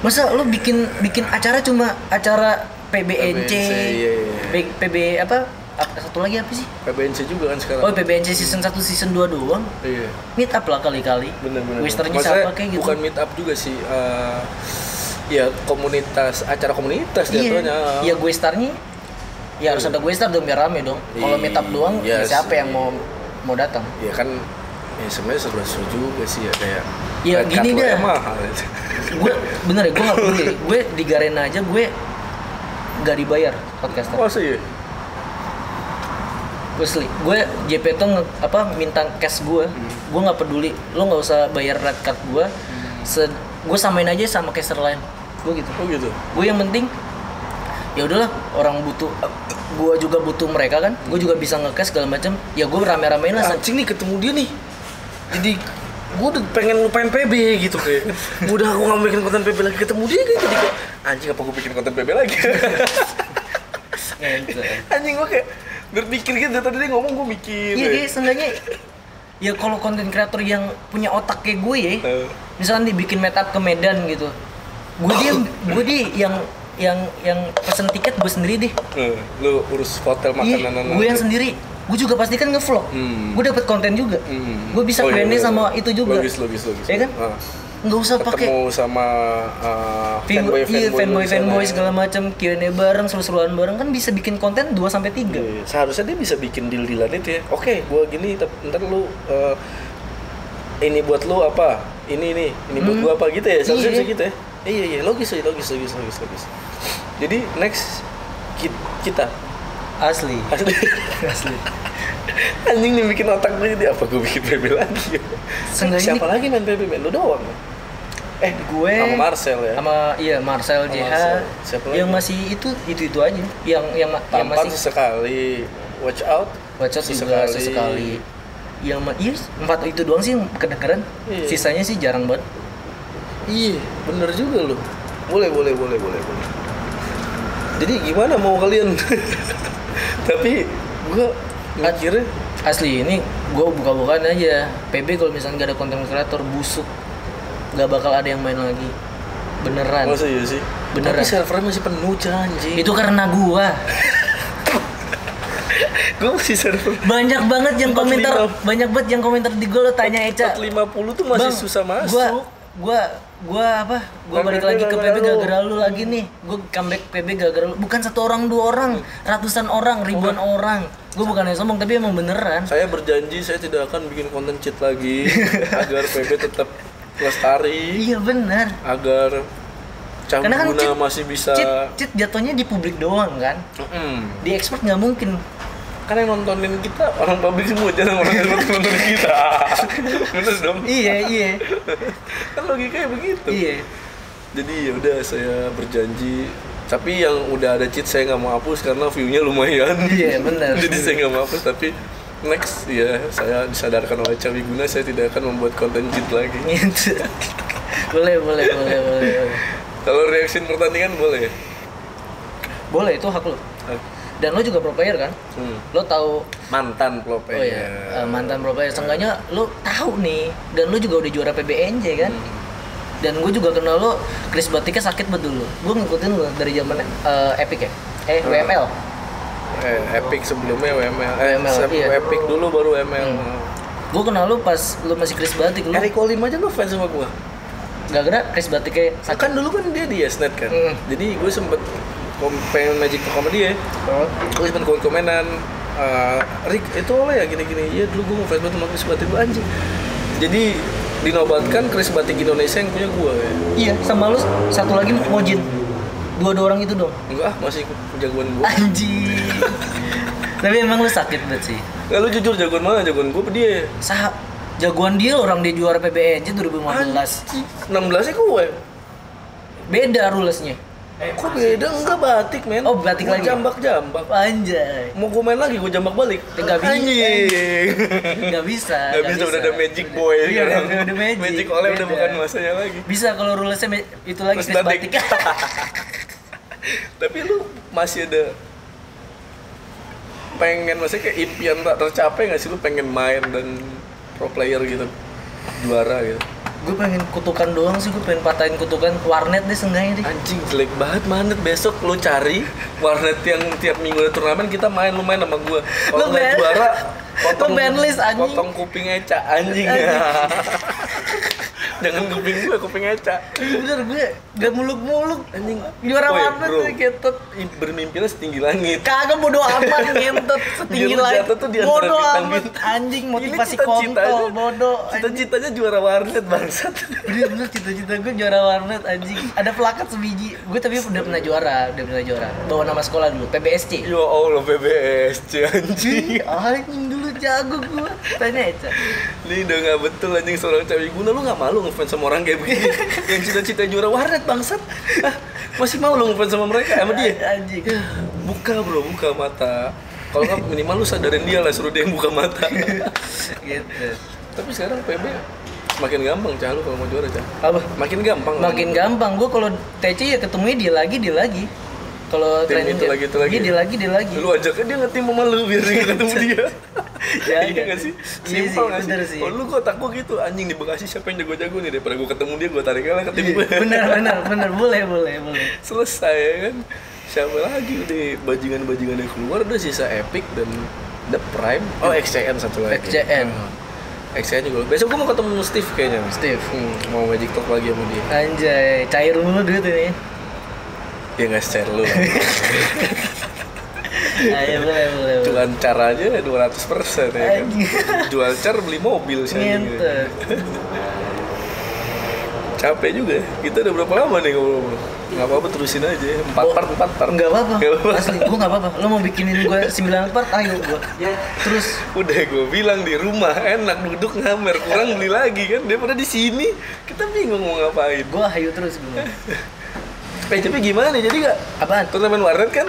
Speaker 1: masa lo bikin bikin acara cuma acara PBNC,
Speaker 2: PBNC, iya, iya.
Speaker 1: P- PB apa Ap- satu lagi apa sih
Speaker 2: PBNC juga kan sekarang.
Speaker 1: oh PBNC season 1 season 2 doang
Speaker 2: Iya.
Speaker 1: meet up lah kali-kali
Speaker 2: bener-bener
Speaker 1: Westernnya
Speaker 2: Maksudnya
Speaker 1: siapa kayak gitu
Speaker 2: bukan meet up juga sih eh, ya komunitas acara komunitas jatuhnya
Speaker 1: Iya, gue starnya ya harus ada gue star dong biar rame dong. Kalau meet up doang ya
Speaker 2: Iya
Speaker 1: siapa
Speaker 2: sih.
Speaker 1: yang mau mau datang?
Speaker 2: ya kan ya sebenarnya seru seru juga sih ya kayak
Speaker 1: Ya,
Speaker 2: red
Speaker 1: gini
Speaker 2: card lo
Speaker 1: dah.
Speaker 2: yang mahal
Speaker 1: Gue bener ya gue nggak peduli. gue di Garena aja gue gak dibayar podcaster.
Speaker 2: masa ya
Speaker 1: Gue seli. Gue JP tuh nge- apa minta cash gue. Gue nggak peduli. Lo nggak usah bayar red card gue. Se- gue samain aja sama caster lain. Gue gitu.
Speaker 2: oh gitu
Speaker 1: gue yang penting ya udahlah orang butuh gue juga butuh mereka kan gue juga bisa ngecash segala macam ya gue rame-ramein lah
Speaker 2: anjing nih ketemu dia nih jadi gue udah pengen lupain PB gitu kayak udah aku nggak mau bikin konten PB lagi ketemu dia kan jadi kayak anjing apa gue bikin konten PB lagi
Speaker 1: Ngece.
Speaker 2: anjing gue kayak berpikir gitu dari tadi dia ngomong gue mikir
Speaker 1: iya
Speaker 2: ya.
Speaker 1: dia seenggaknya ya kalau konten kreator yang punya otak kayak gue ya
Speaker 2: Eh.
Speaker 1: misalkan dibikin meetup ke Medan gitu gue dia gue dia yang yang yang pesen tiket gue sendiri deh
Speaker 2: Eh, lu urus hotel
Speaker 1: Iya,
Speaker 2: makanan
Speaker 1: gue yang sendiri gue juga pasti kan ngevlog
Speaker 2: Hmm.
Speaker 1: gue dapet konten juga
Speaker 2: Hmm.
Speaker 1: gue bisa
Speaker 2: Oh, iya,
Speaker 1: brandnya
Speaker 2: iya,
Speaker 1: sama
Speaker 2: iya.
Speaker 1: itu juga
Speaker 2: Logis, logis, logis.
Speaker 1: Iya kan?
Speaker 2: Ah.
Speaker 1: nggak usah pakai
Speaker 2: ketemu sama uh,
Speaker 1: Figur,
Speaker 2: fanboy
Speaker 1: iya, fanboy,
Speaker 2: fanboy,
Speaker 1: fanboy segala macam, Q&A bareng, seru-seruan bareng kan bisa bikin konten 2 sampai 3.
Speaker 2: Iya, seharusnya dia bisa bikin deal dealan itu ya oke gua gini tep- ntar lu eh, ini buat lu apa ini ini ini buat
Speaker 1: Hmm.
Speaker 2: gua apa gitu ya
Speaker 1: Iya.
Speaker 2: seharusnya bisa gitu ya iya iya logis sih, logis logis logis logis jadi next ki- kita
Speaker 1: Asli.
Speaker 2: asli
Speaker 1: Asli.
Speaker 2: anjing nih bikin otak gue jadi apa gue bikin PB lagi ya?
Speaker 1: Seenggaknya
Speaker 2: siapa
Speaker 1: ini-
Speaker 2: lagi main PB main lu doang ya? eh
Speaker 1: Gue
Speaker 2: sama Marcel ya
Speaker 1: Sama iya Marcel
Speaker 2: Sama
Speaker 1: JH
Speaker 2: Marcel. Siapa lagi?
Speaker 1: yang masih itu itu-itu aja. Yang yang, ma- yang
Speaker 2: tampan
Speaker 1: masih
Speaker 2: sesekali watch out
Speaker 1: WhatsApp juga sesekali. Yang ma- iya empat itu doang sih yang kedengeran.
Speaker 2: Iya.
Speaker 1: Sisanya sih jarang banget.
Speaker 2: Iya, bener juga loh. Boleh, boleh, boleh, boleh, boleh. Jadi gimana mau kalian? Tapi gua mikirnya
Speaker 1: Asli ini gue buka-bukaan aja. PB kalau misalnya gak ada konten kreator busuk, gak bakal ada yang main lagi. Beneran.
Speaker 2: masa iya sih?
Speaker 1: Beneran.
Speaker 2: Tapi servernya masih penuh janji.
Speaker 1: Itu karena gua.
Speaker 2: gua masih server.
Speaker 1: Banyak banget yang
Speaker 2: 45.
Speaker 1: komentar, banyak banget yang komentar di gua lo tanya Eca.
Speaker 2: 450 tuh masih
Speaker 1: Eh, Bang,
Speaker 2: susah masuk.
Speaker 1: Gua gua gua apa? Gua
Speaker 2: Bang,
Speaker 1: balik
Speaker 2: PB
Speaker 1: lagi ke
Speaker 2: gara-gara
Speaker 1: PB
Speaker 2: lu.
Speaker 1: gara-gara lu lagi nih. Gua comeback PB gara-gara lu. Bukan satu orang, dua orang, ratusan orang, ribuan orang. Gua bukannya sombong tapi emang beneran.
Speaker 2: Saya berjanji saya tidak akan bikin konten cheat lagi agar PB tetap lestari,
Speaker 1: Iya bener
Speaker 2: agar
Speaker 1: Karena kan
Speaker 2: Cahguna
Speaker 1: cheat-
Speaker 2: masih bisa
Speaker 1: Cheat, cheat jatuhnya di publik doang kan.
Speaker 2: Mm-mm.
Speaker 1: Di expert nggak mungkin.
Speaker 2: kan yang nontonin kita orang publik semua jarang orang yang nontonin kita bener dong
Speaker 1: Iya, iya.
Speaker 2: kan logikanya begitu
Speaker 1: iya.
Speaker 2: jadi ya udah saya berjanji tapi yang udah ada cheat saya nggak mau hapus karena view-nya lumayan
Speaker 1: Iya, benar.
Speaker 2: jadi saya nggak mau hapus tapi next ya saya disadarkan oleh Cawi Guna saya tidak akan membuat konten cheat lagi
Speaker 1: Gitu. boleh, boleh, boleh, boleh, boleh.
Speaker 2: kalau reaksi pertandingan boleh ya?
Speaker 1: Boleh itu hak lo. Dan lo juga pro player kan?
Speaker 2: Hmm.
Speaker 1: Lo tahu
Speaker 2: mantan klub
Speaker 1: Oh iya, eh, mantan pro player. Seenggaknya lo tahu nih dan lo juga udah juara PBNJ kan?
Speaker 2: Hmm.
Speaker 1: Dan gue juga kenal lo, Chris Batiknya sakit banget dulu. Gue ngikutin lo dari zaman eh, Epic ya? Eh,
Speaker 2: Hmm.
Speaker 1: WML.
Speaker 2: eh, Epic sebelumnya WML eh,
Speaker 1: WML,
Speaker 2: se-
Speaker 1: iya.
Speaker 2: Epic dulu baru WML
Speaker 1: Gue kenal lo pas lo masih Chris Batik. Lo
Speaker 2: Eric Olim aja lu fans sama gua
Speaker 1: gak kena Chris Batiknya sakit.
Speaker 2: kan dulu kan dia di Yesnet kan
Speaker 1: Mm.
Speaker 2: jadi gue sempet kom- pengen magic ke sama dia
Speaker 1: Oh.
Speaker 2: gue sempet komen komenan Rick itu oleh ya gini-gini iya dulu gue mau Facebook sama Chris Batik gue anjing jadi dinobatkan Chris Batik Indonesia yang punya gue ya.
Speaker 1: Iya, sama lo satu lagi Mojin. Dua-dua orang itu dong.
Speaker 2: enggak ah masih jagoan gue
Speaker 1: Anjing. Tapi emang lo sakit banget sih.
Speaker 2: nggak lu jujur jagoan mana jagoan gue apa dia ya?
Speaker 1: Sahab, jagoan dia loh, orang dia juara PBNJ 2015.
Speaker 2: 16 nya gue
Speaker 1: Beda rulesnya.
Speaker 2: ya? kok beda enggak batik
Speaker 1: Eh,
Speaker 2: men
Speaker 1: Oh, batik
Speaker 2: Gua
Speaker 1: lagi.
Speaker 2: jambak-jambak
Speaker 1: Anjay.
Speaker 2: mau gue main lagi gue jambak balik
Speaker 1: Nggak bisa.
Speaker 2: anjing
Speaker 1: nggak bisa
Speaker 2: Gak bisa, udah ada Magic Boy
Speaker 1: iya,
Speaker 2: sekarang.
Speaker 1: udah, udah Magic Iya.
Speaker 2: oleh udah
Speaker 1: Beda.
Speaker 2: bukan masanya lagi.
Speaker 1: bisa kalau rulesnya me- itu lagi
Speaker 2: Terus
Speaker 1: Chris
Speaker 2: batik.
Speaker 1: batik
Speaker 2: Tapi lu masih ada pengen masih kayak impian tak tercapai nggak sih lu pengen main dan pro player gitu juara gitu
Speaker 1: gue pengen kutukan doang sih gue pengen patahin kutukan warnet deh seenggaknya deh
Speaker 2: anjing jelek banget manet besok lu cari warnet yang tiap minggu ada turnamen kita main lu main sama gua
Speaker 1: Lu
Speaker 2: kalau nggak
Speaker 1: ban-
Speaker 2: juara
Speaker 1: Lu ban list, anjing.
Speaker 2: potong kuping eca anjing ya jangan kuping gua kuping eca
Speaker 1: bener gue gak muluk-muluk
Speaker 2: anjing
Speaker 1: juara
Speaker 2: Woi,
Speaker 1: warnet
Speaker 2: bro.
Speaker 1: tuh gitu. Kan ketot
Speaker 2: I- bermimpilah setinggi langit
Speaker 1: kagak bodo amat ngentot setinggi
Speaker 2: Dia lu
Speaker 1: lain
Speaker 2: jatuh tuh di antara
Speaker 1: bodo amat
Speaker 2: bintang-bintang.
Speaker 1: anjing
Speaker 2: Ini
Speaker 1: motivasi
Speaker 2: cita-citanya-
Speaker 1: kontol bodoh anjing.
Speaker 2: cita-citanya juara warnet bangsat
Speaker 1: bener-bener cita-cita gue juara warnet anjing ada plakat sebiji gue tapi udah pernah juara udah pernah juara bawa nama sekolah dulu PBSC
Speaker 2: ya Allah PBSC anjing
Speaker 1: Ih, anjing dulu jago gua. Tanya Eca.
Speaker 2: ini udah gak betul anjing seorang cewek guna lu gak malu ngefans sama orang kayak begini yang cita-cita juara warnet bangsat Hah? masih mau lu ngefans sama mereka sama dia Ya,
Speaker 1: Anjing.
Speaker 2: buka bro buka mata kalau nggak minimal lu sadarin dia lah suruh dia yang buka mata
Speaker 1: gitu.
Speaker 2: tapi sekarang PB makin gampang cah lu kalau mau juara cah
Speaker 1: Apa?
Speaker 2: makin gampang
Speaker 1: Makin gampang gua kalau TC ya ketemunya dia lagi, dia lagi. Kalau
Speaker 2: Tim
Speaker 1: dia-
Speaker 2: itu gitu lagi, itu lagi. ya?
Speaker 1: Iya, dia lagi, dia lagi.
Speaker 2: lu ajaknya dia ngetim sama lu biar dia ketemu dia
Speaker 1: Ya,
Speaker 2: iya
Speaker 1: iya.
Speaker 2: nggak sih
Speaker 1: Iya sih,
Speaker 2: simpel nggak
Speaker 1: bener
Speaker 2: sih
Speaker 1: sih.
Speaker 2: oh, lu kok takut gitu anjing di Bekasi siapa yang jago-jago nih daripada gua ketemu dia gua tarik aja lah ke tim
Speaker 1: Iya,
Speaker 2: gua
Speaker 1: bener, bener, bener. Boleh, boleh, boleh.
Speaker 2: selesai ya kan siapa lagi udah bajingan-bajingan
Speaker 1: Iya.
Speaker 2: yang keluar udah sisa Epic dan The Prime oh XCN satu lagi
Speaker 1: XCN.
Speaker 2: Hmm. XN juga. Besok gua mau ketemu Steve kayaknya.
Speaker 1: Steve.
Speaker 2: Hmm, mau magic talk lagi sama dia.
Speaker 1: Anjay, cair gitu mulu duit ini.
Speaker 2: Ya nggak share lu. lah.
Speaker 1: Ayo Nah, iya, boleh boleh. boleh.
Speaker 2: Jualan car aja 200 persen ya kan.
Speaker 1: Anjing.
Speaker 2: Jual car beli mobil sih. anjing. ya.
Speaker 1: Ngentet.
Speaker 2: Capek juga. Kita udah berapa lama nih ngobrol? Nggak apa-apa terusin aja. Empat
Speaker 1: Bo-
Speaker 2: part, empat part.
Speaker 1: Enggak apa-apa.
Speaker 2: Nggak apa-apa.
Speaker 1: Asli, gua enggak apa-apa. Lo mau bikinin gua 9 part, ayo gua. Ya, Terus
Speaker 2: Udah gue bilang di rumah enak duduk ngamer kurang beli lagi kan daripada di sini kita bingung mau ngapain.
Speaker 1: gua hayu terus gua.
Speaker 2: Eh tapi gimana jadi nggak
Speaker 1: Apaan?
Speaker 2: turnamen warnet kan?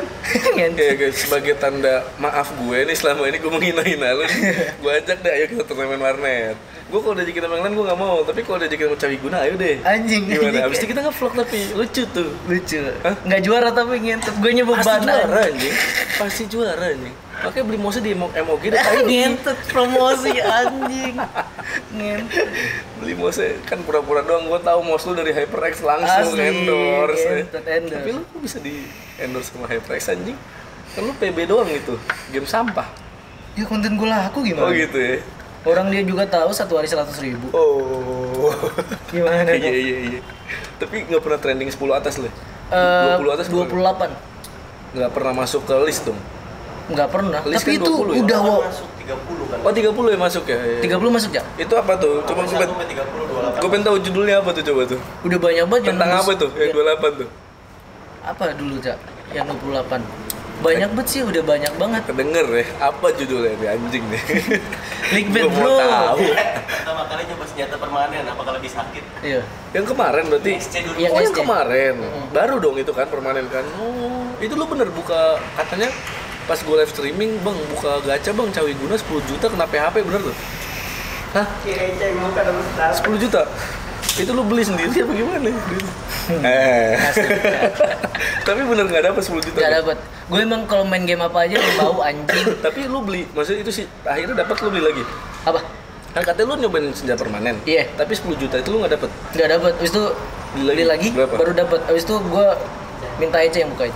Speaker 1: Ngentet.
Speaker 2: Ya guys sebagai tanda maaf gue nih selama ini gue menghina-hina lu nih. Gue ajak deh ayo kita turnamen warnet. Gue kalau diajakin sama yang lain gue nggak mau tapi kalau diajakin sama Cawi Guna ayo deh.
Speaker 1: Anjing.
Speaker 2: Gimana? Abis itu kita nge-vlog tapi lucu tuh.
Speaker 1: lucu.
Speaker 2: Hah?
Speaker 1: Enggak juara tapi ngentet. Gue
Speaker 2: Pasti
Speaker 1: nyebeban.
Speaker 2: juara anjing. Pasti juara anjing. Makanya beli mose di Emo- MOG deh anjing.
Speaker 1: Ngentet promosi anjing. Ngentet.
Speaker 2: beli mose kan pura-pura doang gue tahu mos lu dari HyperX langsung
Speaker 1: Asli,
Speaker 2: endorse. eh.
Speaker 1: ngentot, endorse.
Speaker 2: Tapi lu kok bisa di endorse sama HyperX anjing? Kan lu PB doang gitu. Game sampah.
Speaker 1: Ya konten gue laku gimana?
Speaker 2: Oh gitu ya.
Speaker 1: Orang dia juga tahu satu hari 100 ribu.
Speaker 2: Oh.
Speaker 1: Gimana?
Speaker 2: iya iya iya. Tapi nggak pernah trending 10 atas loh.
Speaker 1: Eh,
Speaker 2: 20 atas
Speaker 1: 28
Speaker 2: pernah. nggak pernah masuk ke list dong.
Speaker 1: nggak pernah
Speaker 2: List
Speaker 1: tapi
Speaker 2: kan
Speaker 1: itu
Speaker 2: 20 ya?
Speaker 1: udah wow
Speaker 3: masuk 30 kan
Speaker 2: Oh 30 ya masuk ya. Iya, iya.
Speaker 1: 30 masuk ya
Speaker 2: Itu apa tuh? Coba gue pengen,
Speaker 3: 31 ke 30 28
Speaker 2: gue pengen tahu judulnya apa tuh coba tuh.
Speaker 1: udah banyak banget yang
Speaker 2: Tentang
Speaker 1: nembus-
Speaker 2: apa tuh? Yang
Speaker 1: ya,
Speaker 2: 28 tuh.
Speaker 1: apa dulu cak yang 28 banyak banget sih udah banyak banget
Speaker 2: Kedenger ya. Apa judulnya nih anjing nih?
Speaker 1: Clickbait,
Speaker 2: Gua mau
Speaker 1: bro.
Speaker 2: tahu.
Speaker 3: pertama kali coba senjata permanen apakah lebih sakit
Speaker 1: iya
Speaker 2: Yang kemarin berarti
Speaker 3: XC dulu
Speaker 1: Iya.
Speaker 2: Oh yang
Speaker 1: SC.
Speaker 2: kemarin,
Speaker 1: Mm.
Speaker 2: baru dong itu kan permanen kan. Oh, itu lu bener buka katanya pas gue live streaming, bang buka gacha bang cawi guna 10 juta kena PHP bener tuh. Hah? 10 juta? Itu lu beli sendiri apa gimana? Duit. Eh.
Speaker 1: Hmm. Asik.
Speaker 2: Tapi bener nggak dapet 10 juta.
Speaker 1: nggak
Speaker 2: kan?
Speaker 1: dapat gue emang kalau main game apa aja udah bau anjing
Speaker 2: Tapi lu beli, maksudnya itu sih akhirnya dapat lu beli lagi.
Speaker 1: apa
Speaker 2: Kan katanya lu nyobain senjata permanen.
Speaker 1: Iya.
Speaker 2: Tapi 10 juta itu lu nggak dapet.
Speaker 1: nggak dapat abis itu
Speaker 2: Beli
Speaker 1: beli
Speaker 2: lagi?
Speaker 1: lagi,
Speaker 2: Berapa?
Speaker 1: baru dapat abis itu gue minta aja yang bukain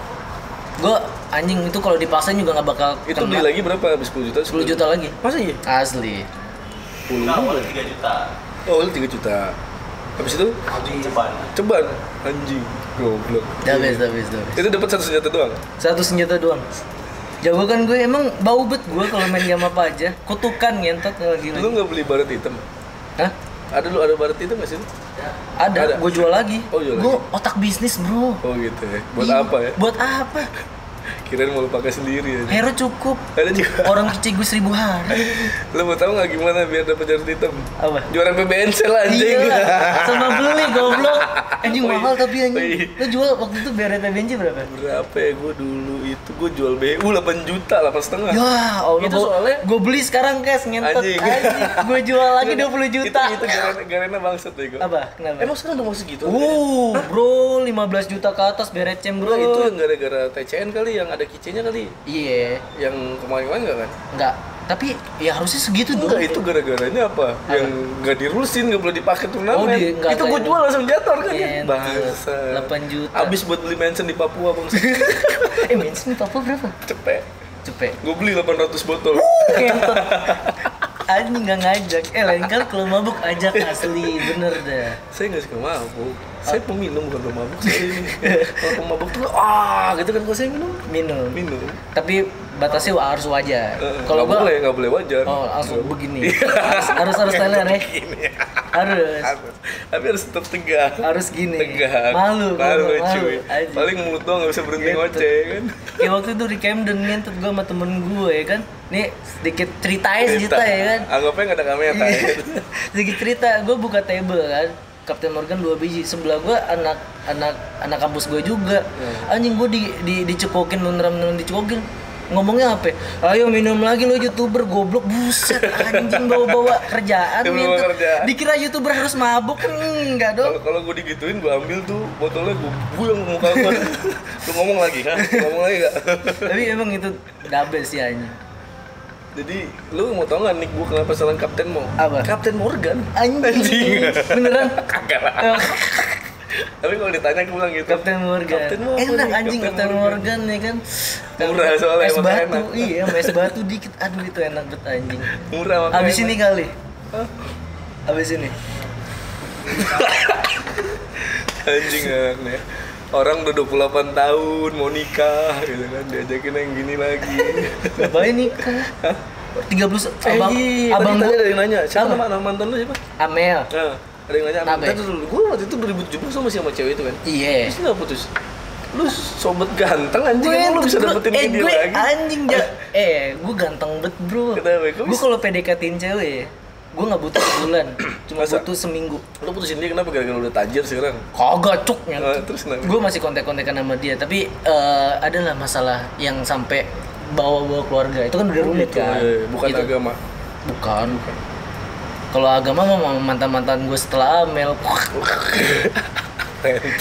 Speaker 1: gue anjing itu kalau dipaksa juga nggak bakal
Speaker 2: Itu beli lagi berapa? Habis 10 juta?
Speaker 1: 10 juta lagi
Speaker 2: Masa iya?
Speaker 1: asli
Speaker 2: 10 juta.
Speaker 3: Enggak, awalnya 3 juta
Speaker 2: Oh, lu 3 juta. Habis itu
Speaker 3: anjing ceban
Speaker 2: ceban anjing goblok.
Speaker 1: dabes
Speaker 2: Iya.
Speaker 1: dabes dabes
Speaker 2: Itu dapat satu senjata doang.
Speaker 1: Satu senjata doang. Jago kan gue emang bau bet gue kalau main game apa aja. Kutukan ngentot lagi
Speaker 2: Lu
Speaker 1: lagi.
Speaker 2: nggak beli baret hitam?
Speaker 1: Hah?
Speaker 2: Ada lu ada baret hitam nggak sih?
Speaker 1: Ada,
Speaker 2: Ada.
Speaker 1: gue jual lagi.
Speaker 2: Oh, jual
Speaker 1: gue otak bisnis, Bro.
Speaker 2: Oh gitu ya. Buat
Speaker 1: Iya,
Speaker 2: apa ya?
Speaker 1: Buat apa?
Speaker 2: Kirain mau lu pakai sendiri aja.
Speaker 1: Hero cukup.
Speaker 2: Ada juga.
Speaker 1: Orang cuci gue seribu hari.
Speaker 2: Lu mau tahu nggak gimana biar dapat jarum hitam?
Speaker 1: Apa?
Speaker 2: Juara PBNC lah anjing.
Speaker 1: Iya lah, sama beli goblok. Anjing
Speaker 2: Oh iya.
Speaker 1: mahal tapi
Speaker 2: Oh iya.
Speaker 1: anjing. Lu jual waktu itu BRT benci berapa?
Speaker 2: Berapa ya gue dulu itu gue jual BU 8 juta 8 setengah.
Speaker 1: Ya, Allah.
Speaker 2: Itu soalnya-
Speaker 1: gue beli sekarang cash ngentot.
Speaker 2: Anjing.
Speaker 1: Anjing. Gue jual lagi 20 juta.
Speaker 2: Itu, itu garena, garena bangsat ya gue.
Speaker 1: Apa? Kenapa?
Speaker 2: Emang sekarang udah gitu? mau segitu? Oh.
Speaker 1: Uh, bro, 15 juta ke atas beret cem bro.
Speaker 2: Enggak, itu yang gara-gara TCN kali, yang ada kicenya kali.
Speaker 1: Iya,
Speaker 2: Yang kemarin-kemarin nggak kan?
Speaker 1: enggak. Tapi ya harusnya segitu dong.
Speaker 2: Enggak, itu gara-garanya apa? Yang nggak dirusin, nggak boleh dipakai turnamen.
Speaker 1: Oh, di- nggak
Speaker 2: itu gue
Speaker 1: tahu.
Speaker 2: jual langsung jatuh harganya.
Speaker 1: Entot,
Speaker 2: Bangsa.
Speaker 1: 8 juta.
Speaker 2: Abis buat beli mansion di Papua, bang. kan.
Speaker 1: Eh, bensin apa berapa?
Speaker 2: Cepet.
Speaker 1: Cepet.
Speaker 2: Gue beli 800 botol.
Speaker 1: Kentot. Anjing nggak ngajak. Eh, lain kali kalau mabuk ajak asli, bener dah.
Speaker 2: saya nggak suka mabuk.
Speaker 1: Ah.
Speaker 2: Saya peminum bukan pemabuk. Saya ini. Kalau pemabuk tuh, ah gitu kan. Kalau saya minum,
Speaker 1: Minum.
Speaker 2: minum.
Speaker 1: Tapi batasnya harus wajar.
Speaker 2: Eh,
Speaker 1: Kalau
Speaker 2: nggak
Speaker 1: gua
Speaker 2: boleh, Iya. nggak boleh wajar.
Speaker 1: Oh, langsung begini. harus harus, harus teler ya. Harus.
Speaker 2: Harus. Tapi harus tetap tegak.
Speaker 1: Harus gini.
Speaker 2: Tegak.
Speaker 1: Malu, malu,
Speaker 2: malu, cuy.
Speaker 1: malu. Anjing.
Speaker 2: Paling mulut doang nggak bisa berhenti
Speaker 1: Gitu.
Speaker 2: ngoceh ya kan.
Speaker 1: Kayak waktu itu di Camden ngentut gue sama temen gue ya kan Nih sedikit ceritain cerita ya kan
Speaker 2: Anggapnya nggak ada kamera. ya.
Speaker 1: Sedikit cerita, gue buka table kan Captain Morgan dua biji sebelah gue anak anak anak kampus gue juga anjing gue di, di dicekokin beneran beneran dicekokin ngomongnya apa ya? ayo minum lagi lo youtuber goblok buset anjing bawa bawa kerjaan
Speaker 2: Bawa-bawa
Speaker 1: ngentut.
Speaker 2: kerjaan.
Speaker 1: dikira youtuber harus mabuk kan enggak dong
Speaker 2: Kalau kalau gue digituin, gue ambil tuh botolnya gue buyang ke muka gue. Lu ngomong lagi, kan? Ngomong lagi gak?
Speaker 1: tapi emang itu double sih anjing
Speaker 2: Jadi lu mau tau gak Nick gue kenapa salah Kapten mau?
Speaker 1: Apa?
Speaker 2: Kapten Morgan.
Speaker 1: anjing beneran
Speaker 2: Kagak lah. Tapi kalau ditanya gue bilang gitu.
Speaker 1: Captain Oh. Morgan.
Speaker 2: Captain Morgan.
Speaker 1: Enak anjing
Speaker 2: Captain
Speaker 1: Captain
Speaker 2: Morgan.
Speaker 1: Morgan, ya kan.
Speaker 2: Murah soalnya,
Speaker 1: Es
Speaker 2: makanya
Speaker 1: batu,
Speaker 2: enak.
Speaker 1: iya, sama es batu dikit. Aduh itu enak banget anjing.
Speaker 2: Murah makanya.
Speaker 1: Abis ini kali. Habis ini.
Speaker 2: anjing aneh orang udah 28 tahun mau nikah gitu kan diajakin yang gini lagi
Speaker 1: Ngapain nikah? 30 abang
Speaker 2: Eh,
Speaker 1: abang
Speaker 2: tadi
Speaker 1: gua
Speaker 2: ada yang nanya siapa
Speaker 1: Apa?
Speaker 2: nama nama mantan lu siapa
Speaker 1: Amel.
Speaker 2: nah, ada yang nanya
Speaker 1: Apa ya?
Speaker 2: mantan dulu gue waktu itu 2017 sama si sama cewek itu kan
Speaker 1: Iya.
Speaker 2: terus lu nggak putus lu sobat ganteng anjing
Speaker 1: Gue-
Speaker 2: emang lu bisa
Speaker 1: gue-
Speaker 2: dapetin
Speaker 1: eh,
Speaker 2: gini
Speaker 1: gue
Speaker 2: lagi
Speaker 1: anjing ja eh gue ganteng bet bro
Speaker 2: Kenapa? Kok
Speaker 1: gue
Speaker 2: bisa?
Speaker 1: kalau PDKTin cewek ya gue nggak butuh sebulan cuma
Speaker 2: Masa?
Speaker 1: butuh seminggu
Speaker 2: lu putusin dia kenapa gara-gara lu udah tajir sekarang
Speaker 1: kagak cuk
Speaker 2: Nah, terus kenapa?
Speaker 1: gue masih kontak-kontakan sama dia tapi eh, adalah masalah yang sampai bawa-bawa keluarga itu kan udah rumit
Speaker 2: Gitu,
Speaker 1: kan
Speaker 2: eh, bukan
Speaker 1: Gitu.
Speaker 2: agama
Speaker 1: bukan bukan kalau agama mah mantan-mantan gue setelah Amel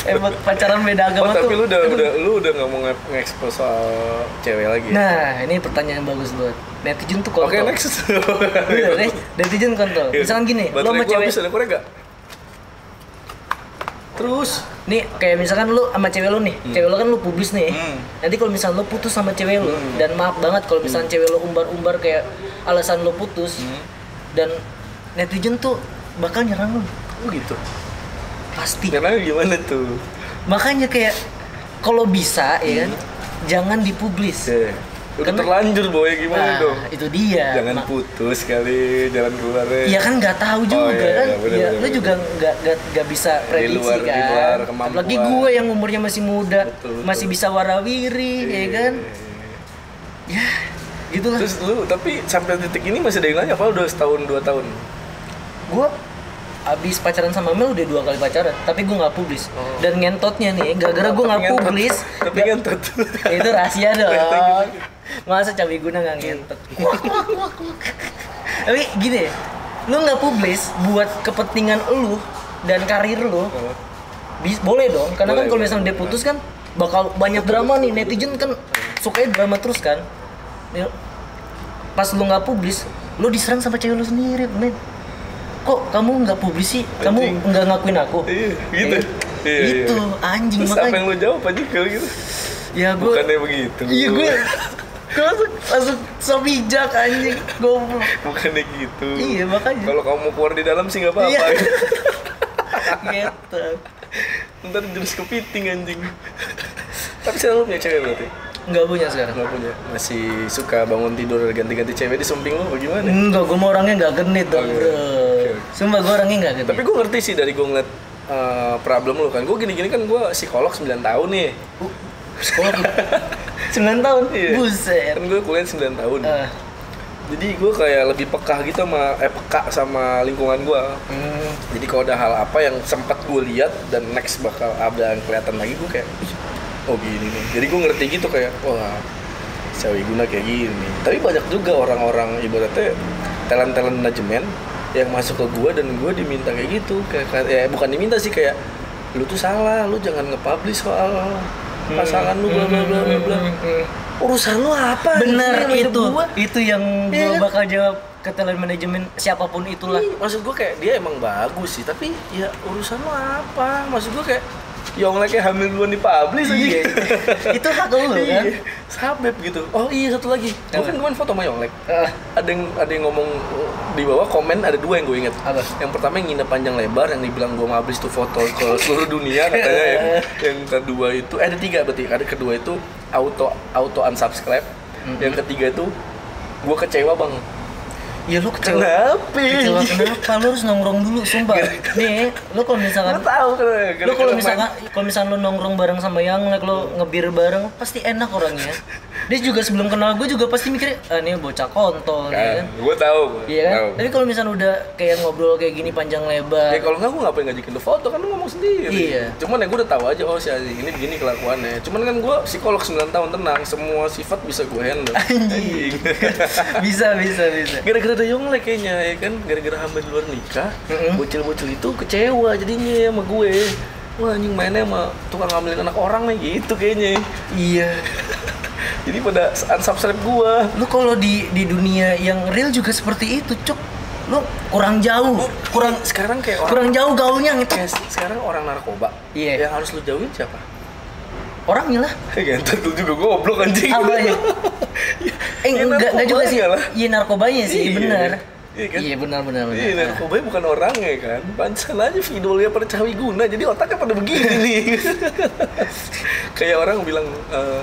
Speaker 1: emang pacaran beda
Speaker 2: Eh, Oh,
Speaker 1: agama tuh
Speaker 2: tapi lu udah
Speaker 1: aduh.
Speaker 2: udah lu udah nggak mau nge- nge-expose soal cewek lagi. ya?
Speaker 1: Nah, ini pertanyaan bagus buat netizen tuh kontol.
Speaker 2: Oke, next.
Speaker 1: Bener deh, netizen kontol. Misalkan gini, lo
Speaker 2: Iya. Baterai
Speaker 1: sama
Speaker 2: gua
Speaker 1: cewek,
Speaker 2: habis ada korek nggak? Terus
Speaker 1: nih kayak misalkan lu sama cewek lu nih, cewek lu kan lu publis nih.
Speaker 2: Hmm.
Speaker 1: Nanti kalau misalkan lu putus sama cewek lu, dan maaf banget kalau misalkan cewek lu umbar-umbar kayak alasan lu putus,
Speaker 2: Hmm.
Speaker 1: dan netizen tuh bakal nyerang lu,
Speaker 2: oh gitu.
Speaker 1: pasti.
Speaker 2: Karena Iya, gimana tuh?
Speaker 1: Makanya kayak kalau bisa ya kan,
Speaker 2: Hmm.
Speaker 1: jangan dipublis.
Speaker 2: Oke. Udah
Speaker 1: Karena-
Speaker 2: terlanjur boy Ya, gimana
Speaker 1: Kan- Nah,
Speaker 2: dong?
Speaker 1: itu dia.
Speaker 2: Jangan
Speaker 1: Ma-
Speaker 2: putus kali jalan keluarnya.
Speaker 1: Iya kan nggak tahu
Speaker 2: Oh,
Speaker 1: juga
Speaker 2: iya,
Speaker 1: kan,
Speaker 2: iya, bener,
Speaker 1: Iya,
Speaker 2: bener,
Speaker 1: lu
Speaker 2: bener.
Speaker 1: juga nggak nggak nggak bisa prediksi
Speaker 2: luar- di
Speaker 1: kan.
Speaker 2: luar kemampuan.
Speaker 1: Apalagi gue yang umurnya masih muda,
Speaker 2: Betul, betul. Iya,
Speaker 1: masih bisa warawiri, ya kan, ya gitulah.
Speaker 2: Terus lu tapi sampai titik ini masih ada yang nanya apa udah setahun dua tahun?
Speaker 1: Gue abis pacaran sama Mel udah dua kali pacaran, tapi gue nggak publis.
Speaker 2: Oh.
Speaker 1: Dan ngentotnya nih, gara-gara gue
Speaker 2: Tapi
Speaker 1: nggak
Speaker 2: ngentot.
Speaker 1: publis,
Speaker 2: Tapi gitu. ngentot.
Speaker 1: ya itu rahasia dong.
Speaker 2: Ngentot.
Speaker 1: Masa cabai guna nggak ngentot. tapi gini, ya, lu nggak publis buat kepentingan lu dan karir lu. Bis- boleh dong, karena
Speaker 2: Boleh,
Speaker 1: kan kalau
Speaker 2: boleh.
Speaker 1: misalnya dia putus kan bakal banyak drama nih netizen kan sukanya drama terus kan. Ya, Pas lu nggak publis, lu diserang sama cewek lu sendiri, men. Kok kamu nggak publis sih?
Speaker 2: Anjing.
Speaker 1: Kamu nggak ngakuin aku?
Speaker 2: Iya, gitu.
Speaker 1: Eh,
Speaker 2: Iya, iya.
Speaker 1: Gitu, anjing
Speaker 2: Terus apa
Speaker 1: makanya.
Speaker 2: yang lu jawab aja kalau gitu?
Speaker 1: Ya gue
Speaker 2: Bukannya begitu.
Speaker 1: Iya gue gue langsung langsung sebijak anjing goblok.
Speaker 2: Bukannya gitu.
Speaker 1: Iya, makanya.
Speaker 2: Kalau kamu mau keluar di dalam sih nggak apa-apa.
Speaker 1: Iya. Gitu.
Speaker 2: Ntar jurus kepiting anjing. Tapi sekarang lu punya cewek berarti?
Speaker 1: Enggak punya sekarang.
Speaker 2: Gak punya. Masih suka bangun tidur ganti-ganti cewek di samping lu bagaimana?
Speaker 1: Enggak, gue mau orangnya enggak genit dong,
Speaker 2: Oh, iya. Oke.
Speaker 1: bro.
Speaker 2: Oke, oke.
Speaker 1: Sumpah gue orangnya enggak genit.
Speaker 2: Tapi gue ngerti sih dari gue ngeliat eh, problem lu kan. Gue gini-gini kan gue psikolog 9 tahun nih.
Speaker 1: sekolah 9 tahun.
Speaker 2: Iya.
Speaker 1: Buset.
Speaker 2: Kan gue kuliah 9 tahun.
Speaker 1: Eh,
Speaker 2: Jadi gue kayak lebih peka gitu sama eh peka sama lingkungan gue.
Speaker 1: hmm,
Speaker 2: Jadi kalau ada hal apa yang sempat gue lihat dan next bakal ada yang kelihatan lagi gue kayak "Ih, oh gini nih. Jadi gue ngerti gitu kayak wah cewek guna kayak gini. Tapi banyak juga orang-orang ibaratnya talent-talent manajemen yang masuk ke gue dan gue diminta kayak gitu kayak kayak- ya bukan diminta sih kayak lu tuh salah, lu jangan nge-publish soal pasangan lu bla bla bla bla bla.
Speaker 1: Hmm.
Speaker 2: Urusan lu apa?
Speaker 1: Bener
Speaker 2: anjing, sama Iya, hidup
Speaker 1: itu.
Speaker 2: gua?
Speaker 1: Itu yang
Speaker 2: Iya
Speaker 1: gue
Speaker 2: kan?
Speaker 1: bakal jawab ke talent manajemen siapapun itulah.
Speaker 2: Iya, maksud gue kayak dia emang bagus sih, tapi ya urusan lo apa? Maksud gue kayak Yonglek kayak hamil duluan di publish
Speaker 1: Iya. itu hak lu kan.
Speaker 2: Iya. Sabep gitu. Oh iya satu lagi. Gue
Speaker 1: Apa?
Speaker 2: kan kemarin foto sama Yonglek.
Speaker 1: Eh,
Speaker 2: Ada yang ada yang ngomong di bawah komen ada dua yang gue inget.
Speaker 1: Apa?
Speaker 2: Yang pertama yang nginep panjang lebar yang dibilang gue publish tuh foto ke seluruh dunia katanya yang
Speaker 1: Ah.
Speaker 2: yang kedua itu eh, ada tiga berarti. Ada kedua itu auto auto unsubscribe.
Speaker 1: Mm-hmm.
Speaker 2: Yang ketiga itu gue kecewa bang.
Speaker 1: Ya lu kecewa.
Speaker 2: Kenapa?
Speaker 1: Kecewa kenapa? Lu harus nongkrong dulu, sumpah. Nih, lu kalau
Speaker 2: Gue
Speaker 1: misalkan
Speaker 2: tahu kan.
Speaker 1: lu kalau misalkan kalau misalkan lu nongkrong bareng sama yang like lu ngebir bareng pasti enak orangnya. Dia juga sebelum kenal gue juga pasti mikirnya, ah, ini bocah kontol ya kan.
Speaker 2: gue Nah, tahu.
Speaker 1: Iya kan? Tapi kalau misalnya udah kayak ngobrol kayak gini panjang lebar,
Speaker 2: Ya kalau enggak gue ngapain ngajakin lu foto kan lu ngomong sendiri.
Speaker 1: Iya.
Speaker 2: Cuman ya gue udah tahu aja oh si anjing ini begini kelakuannya. Cuman kan gue psikolog 9 tahun tenang, semua sifat bisa gue handle.
Speaker 1: Anjing. bisa bisa bisa.
Speaker 2: Gara-gara ada Yonglek kayaknya ya kan, gara-gara hamil luar nikah,
Speaker 1: Mm-mm.
Speaker 2: bocil-bocil itu kecewa jadinya sama gue. Wah anjing mainnya sama tukang ngambilin anak orang nih gitu kayaknya.
Speaker 1: Iya.
Speaker 2: Jadi pada unsubscribe gue.
Speaker 1: Lu kalau di di dunia yang real juga seperti itu, Cuk. Lu kurang jauh, kurang
Speaker 2: sekarang kayak orang
Speaker 1: kurang jauh gaulnya gitu.
Speaker 2: kayak sekarang orang narkoba.
Speaker 1: Iya.
Speaker 2: Yang harus lu jauhin siapa?
Speaker 1: Orangnya lah.
Speaker 2: Gentet lu juga goblok anjing.
Speaker 1: Apanya?
Speaker 2: Ya,
Speaker 1: Eh,
Speaker 2: ya
Speaker 1: enggak, enggak juga sih.
Speaker 2: narkobanya lah.
Speaker 1: Iya narkobanya sih,
Speaker 2: Iya.
Speaker 1: bener.
Speaker 2: Iya kan?
Speaker 1: Iya benar benar benar.
Speaker 2: Iya, narkobanya bukan orangnya kan. Bansan aja idolnya pada cawi guna. Jadi otaknya pada begini nih. Kayak orang bilang eh,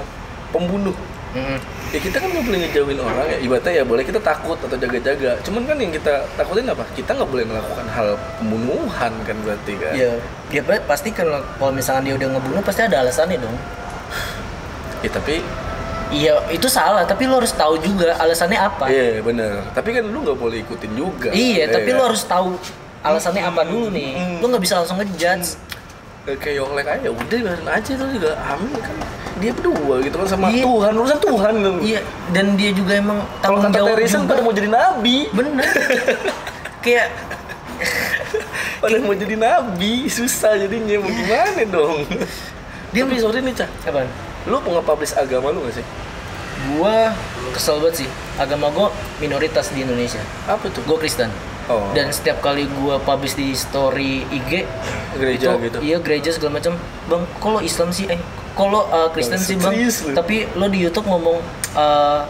Speaker 2: pembunuh.
Speaker 1: Mm.
Speaker 2: Ya kita kan nggak boleh ngejauhin orang ya. Ibaratnya ya boleh kita takut atau jaga-jaga. Cuman kan yang kita takutin apa? Kita nggak boleh melakukan hal pembunuhan kan berarti kan.
Speaker 1: Iya. Ya, pa- pasti kalau kalau misalnya dia udah ngebunuh pasti ada alasannya dong.
Speaker 2: Ya tapi
Speaker 1: Iya, itu salah, tapi lo harus tahu juga alasannya apa.
Speaker 2: iya bener. Tapi kan lu nggak boleh ikutin juga.
Speaker 1: Iya,
Speaker 2: Ya
Speaker 1: tapi
Speaker 2: kan?
Speaker 1: lo harus tahu alasannya apa dulu nih.
Speaker 2: Hmm.
Speaker 1: Lo nggak bisa langsung ngejudge.
Speaker 2: Eh, kayak Yonglek aja udah biarin aja itu juga amin kan dia berdua gitu kan sama
Speaker 1: Iya.
Speaker 2: Tuhan urusan Tuhan kan
Speaker 1: Iya, dan dia juga emang
Speaker 2: kalau
Speaker 1: tanggung
Speaker 2: kata
Speaker 1: jawab
Speaker 2: Teresa
Speaker 1: juga.
Speaker 2: pada mau jadi nabi
Speaker 1: Bener. Kayak
Speaker 2: pada mau jadi nabi susah jadinya
Speaker 1: Iya.
Speaker 2: mau gimana dong dia tapi sorry nih cah
Speaker 1: apa?
Speaker 2: lu mau nge-publish agama lu gak sih
Speaker 1: Gua kesel banget sih. Agama gua minoritas di Indonesia.
Speaker 2: apa tuh
Speaker 1: Gua Kristen.
Speaker 2: oh
Speaker 1: Dan setiap kali gua publish di story IG
Speaker 2: gereja
Speaker 1: itu,
Speaker 2: gitu
Speaker 1: Iya, gereja segala macam. Bang, kalau Islam sih eh kalau uh, Kristen
Speaker 2: Bang,
Speaker 1: sih, Bang.
Speaker 2: serius lu?
Speaker 1: Tapi lo di YouTube ngomong uh,